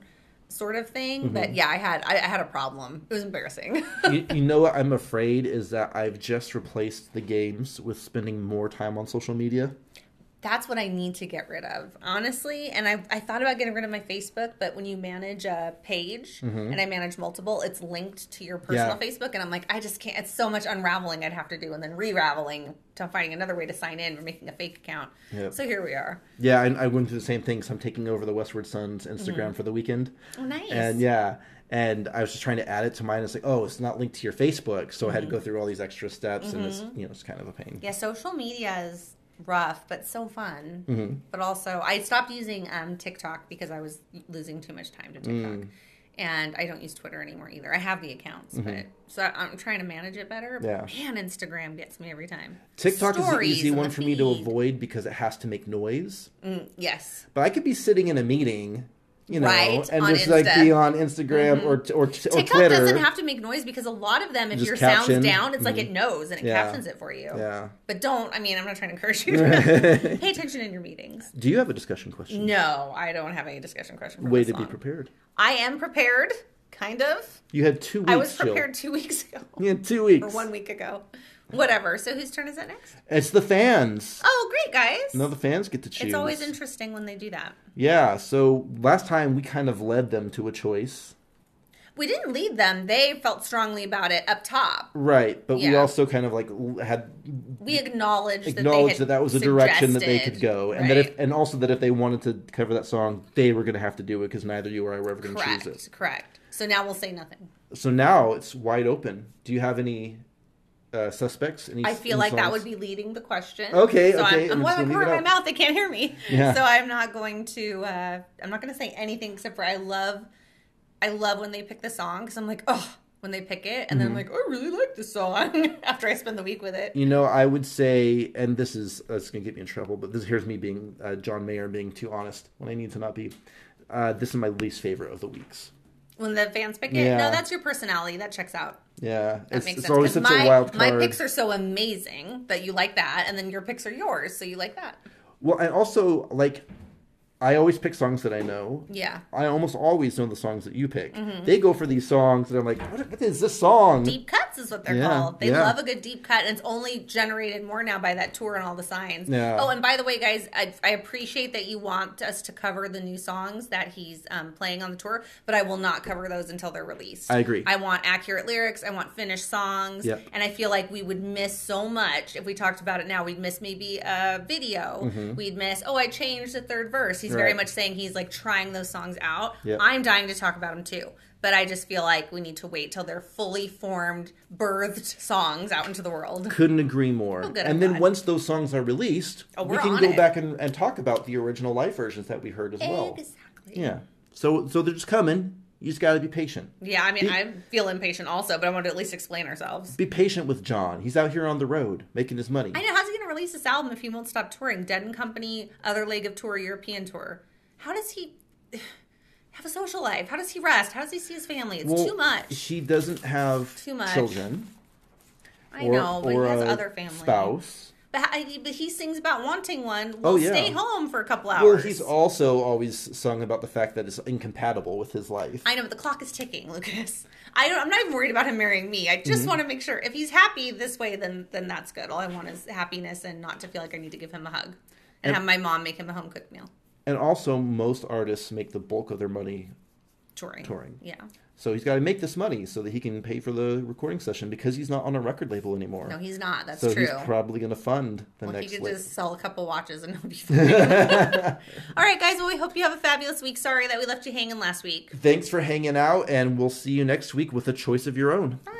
Speaker 1: sort of thing.
Speaker 2: Mm-hmm.
Speaker 1: But yeah, I had I, I had a problem. It was embarrassing.
Speaker 2: you, you know what I'm afraid is that I've just replaced the games with spending more time on social media.
Speaker 1: That's what I need to get rid of, honestly. And I, I thought about getting rid of my Facebook, but when you manage a page and I manage multiple, it's linked to your personal
Speaker 2: Mm-hmm. Yeah.
Speaker 1: Facebook. And I'm like, I just can't. It's so much unraveling I'd have to do and then re raveling to finding another way to sign in or making a fake account.
Speaker 2: Yep.
Speaker 1: So here we are.
Speaker 2: Yeah, and I went through the same thing. So I'm taking over the Westward Suns Instagram for the weekend.
Speaker 1: Oh, nice.
Speaker 2: And yeah, and I was just trying to add it to mine. It's like, oh, it's not linked to your Facebook, so I had to go through all these extra steps, and it's you know it's kind of a pain.
Speaker 1: Mm-hmm. Yeah, social media is rough, but so fun.
Speaker 2: Mm-hmm.
Speaker 1: But also, I stopped using um, TikTok because I was losing too much
Speaker 2: Mm.
Speaker 1: time to TikTok. And I don't use Twitter anymore either. I have the accounts, but so I, I'm trying to manage it better.
Speaker 2: Mm-hmm. Yeah.
Speaker 1: Man, Instagram gets me every time.
Speaker 2: TikTok is the
Speaker 1: Stories
Speaker 2: easy
Speaker 1: and
Speaker 2: one
Speaker 1: the
Speaker 2: for me to
Speaker 1: feed.
Speaker 2: avoid because it has to make noise.
Speaker 1: Mm, yes.
Speaker 2: But I could be sitting in a meeting, you know,
Speaker 1: Right,
Speaker 2: and
Speaker 1: on
Speaker 2: just like
Speaker 1: Insta. Mm-hmm.
Speaker 2: be on Instagram or t- or t- or
Speaker 1: TikTok
Speaker 2: Twitter.
Speaker 1: doesn't have to make noise because a lot of them, if
Speaker 2: Just
Speaker 1: your
Speaker 2: caption. Mm-hmm.
Speaker 1: sound's down, it's like it knows and it
Speaker 2: Yeah.
Speaker 1: captions it for you.
Speaker 2: Yeah.
Speaker 1: But don't, I mean, I'm not trying to encourage you to pay attention in your meetings.
Speaker 2: Do you have a discussion question?
Speaker 1: No, I don't have any discussion question. For
Speaker 2: Way
Speaker 1: this
Speaker 2: to be
Speaker 1: long.
Speaker 2: prepared.
Speaker 1: I am prepared, kind of.
Speaker 2: You had two weeks.
Speaker 1: I was
Speaker 2: Jill.
Speaker 1: prepared two weeks ago
Speaker 2: You had two weeks.
Speaker 1: or one week ago. Whatever. So whose turn is it next?
Speaker 2: It's the fans.
Speaker 1: Oh, great, guys.
Speaker 2: No, the fans get to choose.
Speaker 1: it's always interesting when they do that.
Speaker 2: Yeah, so last time we kind of led them to a choice.
Speaker 1: We didn't lead them. They felt strongly about it up top.
Speaker 2: Right, but we
Speaker 1: Yeah.
Speaker 2: also kind of like l- had
Speaker 1: We acknowledged
Speaker 2: acknowledged that,
Speaker 1: that, they had
Speaker 2: that was a direction that they
Speaker 1: suggested,
Speaker 2: could go and that if
Speaker 1: right?
Speaker 2: and also that if they wanted to cover that song, they were going to have to do it cuz neither you or I were ever going to choose
Speaker 1: correct,
Speaker 2: it.
Speaker 1: correct. So now we'll say nothing.
Speaker 2: So now it's wide open. Do you have any uh, suspects? Any
Speaker 1: I feel like
Speaker 2: any
Speaker 1: that
Speaker 2: songs?
Speaker 1: would be leading the question.
Speaker 2: Okay,
Speaker 1: so
Speaker 2: okay,
Speaker 1: I'm, I'm
Speaker 2: we're
Speaker 1: well,
Speaker 2: just
Speaker 1: I'm
Speaker 2: gonna
Speaker 1: covering
Speaker 2: leave it
Speaker 1: my mouth; they can't hear me.
Speaker 2: Yeah.
Speaker 1: So I'm not going to. Uh, I'm not going to say anything except for I love, I love when they pick the song because I'm like, oh, when they pick it, and then I'm
Speaker 2: Mm-hmm.
Speaker 1: like, I really like this song after I spend the week with it.
Speaker 2: You know, I would say, and this is uh, it's gonna get me in trouble, but this here's me being uh, John Mayer being too honest when I need to not be. Uh, this is my least favorite of the weeks.
Speaker 1: When the fans pick it,
Speaker 2: Yeah.
Speaker 1: no, that's your personality. That checks out.
Speaker 2: Yeah,
Speaker 1: That
Speaker 2: it's,
Speaker 1: makes
Speaker 2: it's
Speaker 1: sense.
Speaker 2: always
Speaker 1: 'cause
Speaker 2: such
Speaker 1: my
Speaker 2: a wild
Speaker 1: my
Speaker 2: card.
Speaker 1: picks are so amazing that you like that, and then your picks are yours, so you like that.
Speaker 2: Well, and also like, I always pick songs that I know.
Speaker 1: Yeah.
Speaker 2: I almost always know the songs that you pick. They go for these songs, and I'm like, what, what is this song?
Speaker 1: Mm-hmm. Deep cuts is what they're
Speaker 2: Yeah,
Speaker 1: called. They
Speaker 2: yeah.
Speaker 1: love a good deep cut, and it's only generated more now by that tour and all the signs.
Speaker 2: Yeah.
Speaker 1: Oh, and by the way, guys, I, I appreciate that you want us to cover the new songs that he's um, playing on the tour, but I will not cover those until they're released.
Speaker 2: I agree.
Speaker 1: I want accurate lyrics. I want finished songs.
Speaker 2: Yep.
Speaker 1: And I feel like we would miss so much if we talked about it now. We'd miss maybe a video. We'd miss, oh, I changed the third verse. He's very
Speaker 2: Mm-hmm. Right.
Speaker 1: much saying he's like trying those songs out.
Speaker 2: Yep.
Speaker 1: I'm dying to talk about them too, but I just feel like we need to wait till they're fully formed, birthed songs out into the world.
Speaker 2: Couldn't agree more.
Speaker 1: good, I'm
Speaker 2: and then
Speaker 1: glad.
Speaker 2: once those songs are released,
Speaker 1: Oh,
Speaker 2: we
Speaker 1: we're
Speaker 2: can
Speaker 1: on
Speaker 2: go
Speaker 1: it.
Speaker 2: back and, and talk about the original live versions that we heard as well.
Speaker 1: Exactly.
Speaker 2: Yeah. So so they're just coming. You just got to be patient.
Speaker 1: Yeah, I mean, I feel impatient also, but I want to at least explain ourselves.
Speaker 2: Be patient with John. He's out here on the road making his money.
Speaker 1: I know how's he going to release this album if he won't stop touring? Dead and Company, other leg of tour, European tour. How does he have a social life? How does he rest? How does he see his family? It's
Speaker 2: Well,
Speaker 1: too much.
Speaker 2: She doesn't have
Speaker 1: Too much.
Speaker 2: children.
Speaker 1: I know, but he has
Speaker 2: a
Speaker 1: other family.
Speaker 2: Spouse.
Speaker 1: But, how, but he sings about wanting one. Well,
Speaker 2: Oh, yeah.
Speaker 1: stay home for a couple hours.
Speaker 2: Well, he's also always sung about the fact that it's incompatible with his life.
Speaker 1: I know, but the clock is ticking, Lucas. I don't, I'm not even worried about him marrying me. I
Speaker 2: Mm-hmm.
Speaker 1: just want to make sure if he's happy this way, then then that's good. All I want is happiness and not to feel like I need to give him a hug and have my mom make him a home cooked meal.
Speaker 2: and also, most artists make the bulk of their money.
Speaker 1: Touring.
Speaker 2: Touring.
Speaker 1: Yeah.
Speaker 2: So he's got to make this money so that he can pay for the recording session because he's not on a record label anymore.
Speaker 1: No, he's not. That's
Speaker 2: so
Speaker 1: true.
Speaker 2: he's probably going to fund the
Speaker 1: well, he
Speaker 2: next
Speaker 1: could
Speaker 2: label.
Speaker 1: just sell a couple watches and he'll be fine. All right, guys. Well, we hope you have a fabulous week. Sorry that we left you hanging last week.
Speaker 2: Thanks for hanging out, and we'll see you next week with a choice of your own.
Speaker 1: Bye.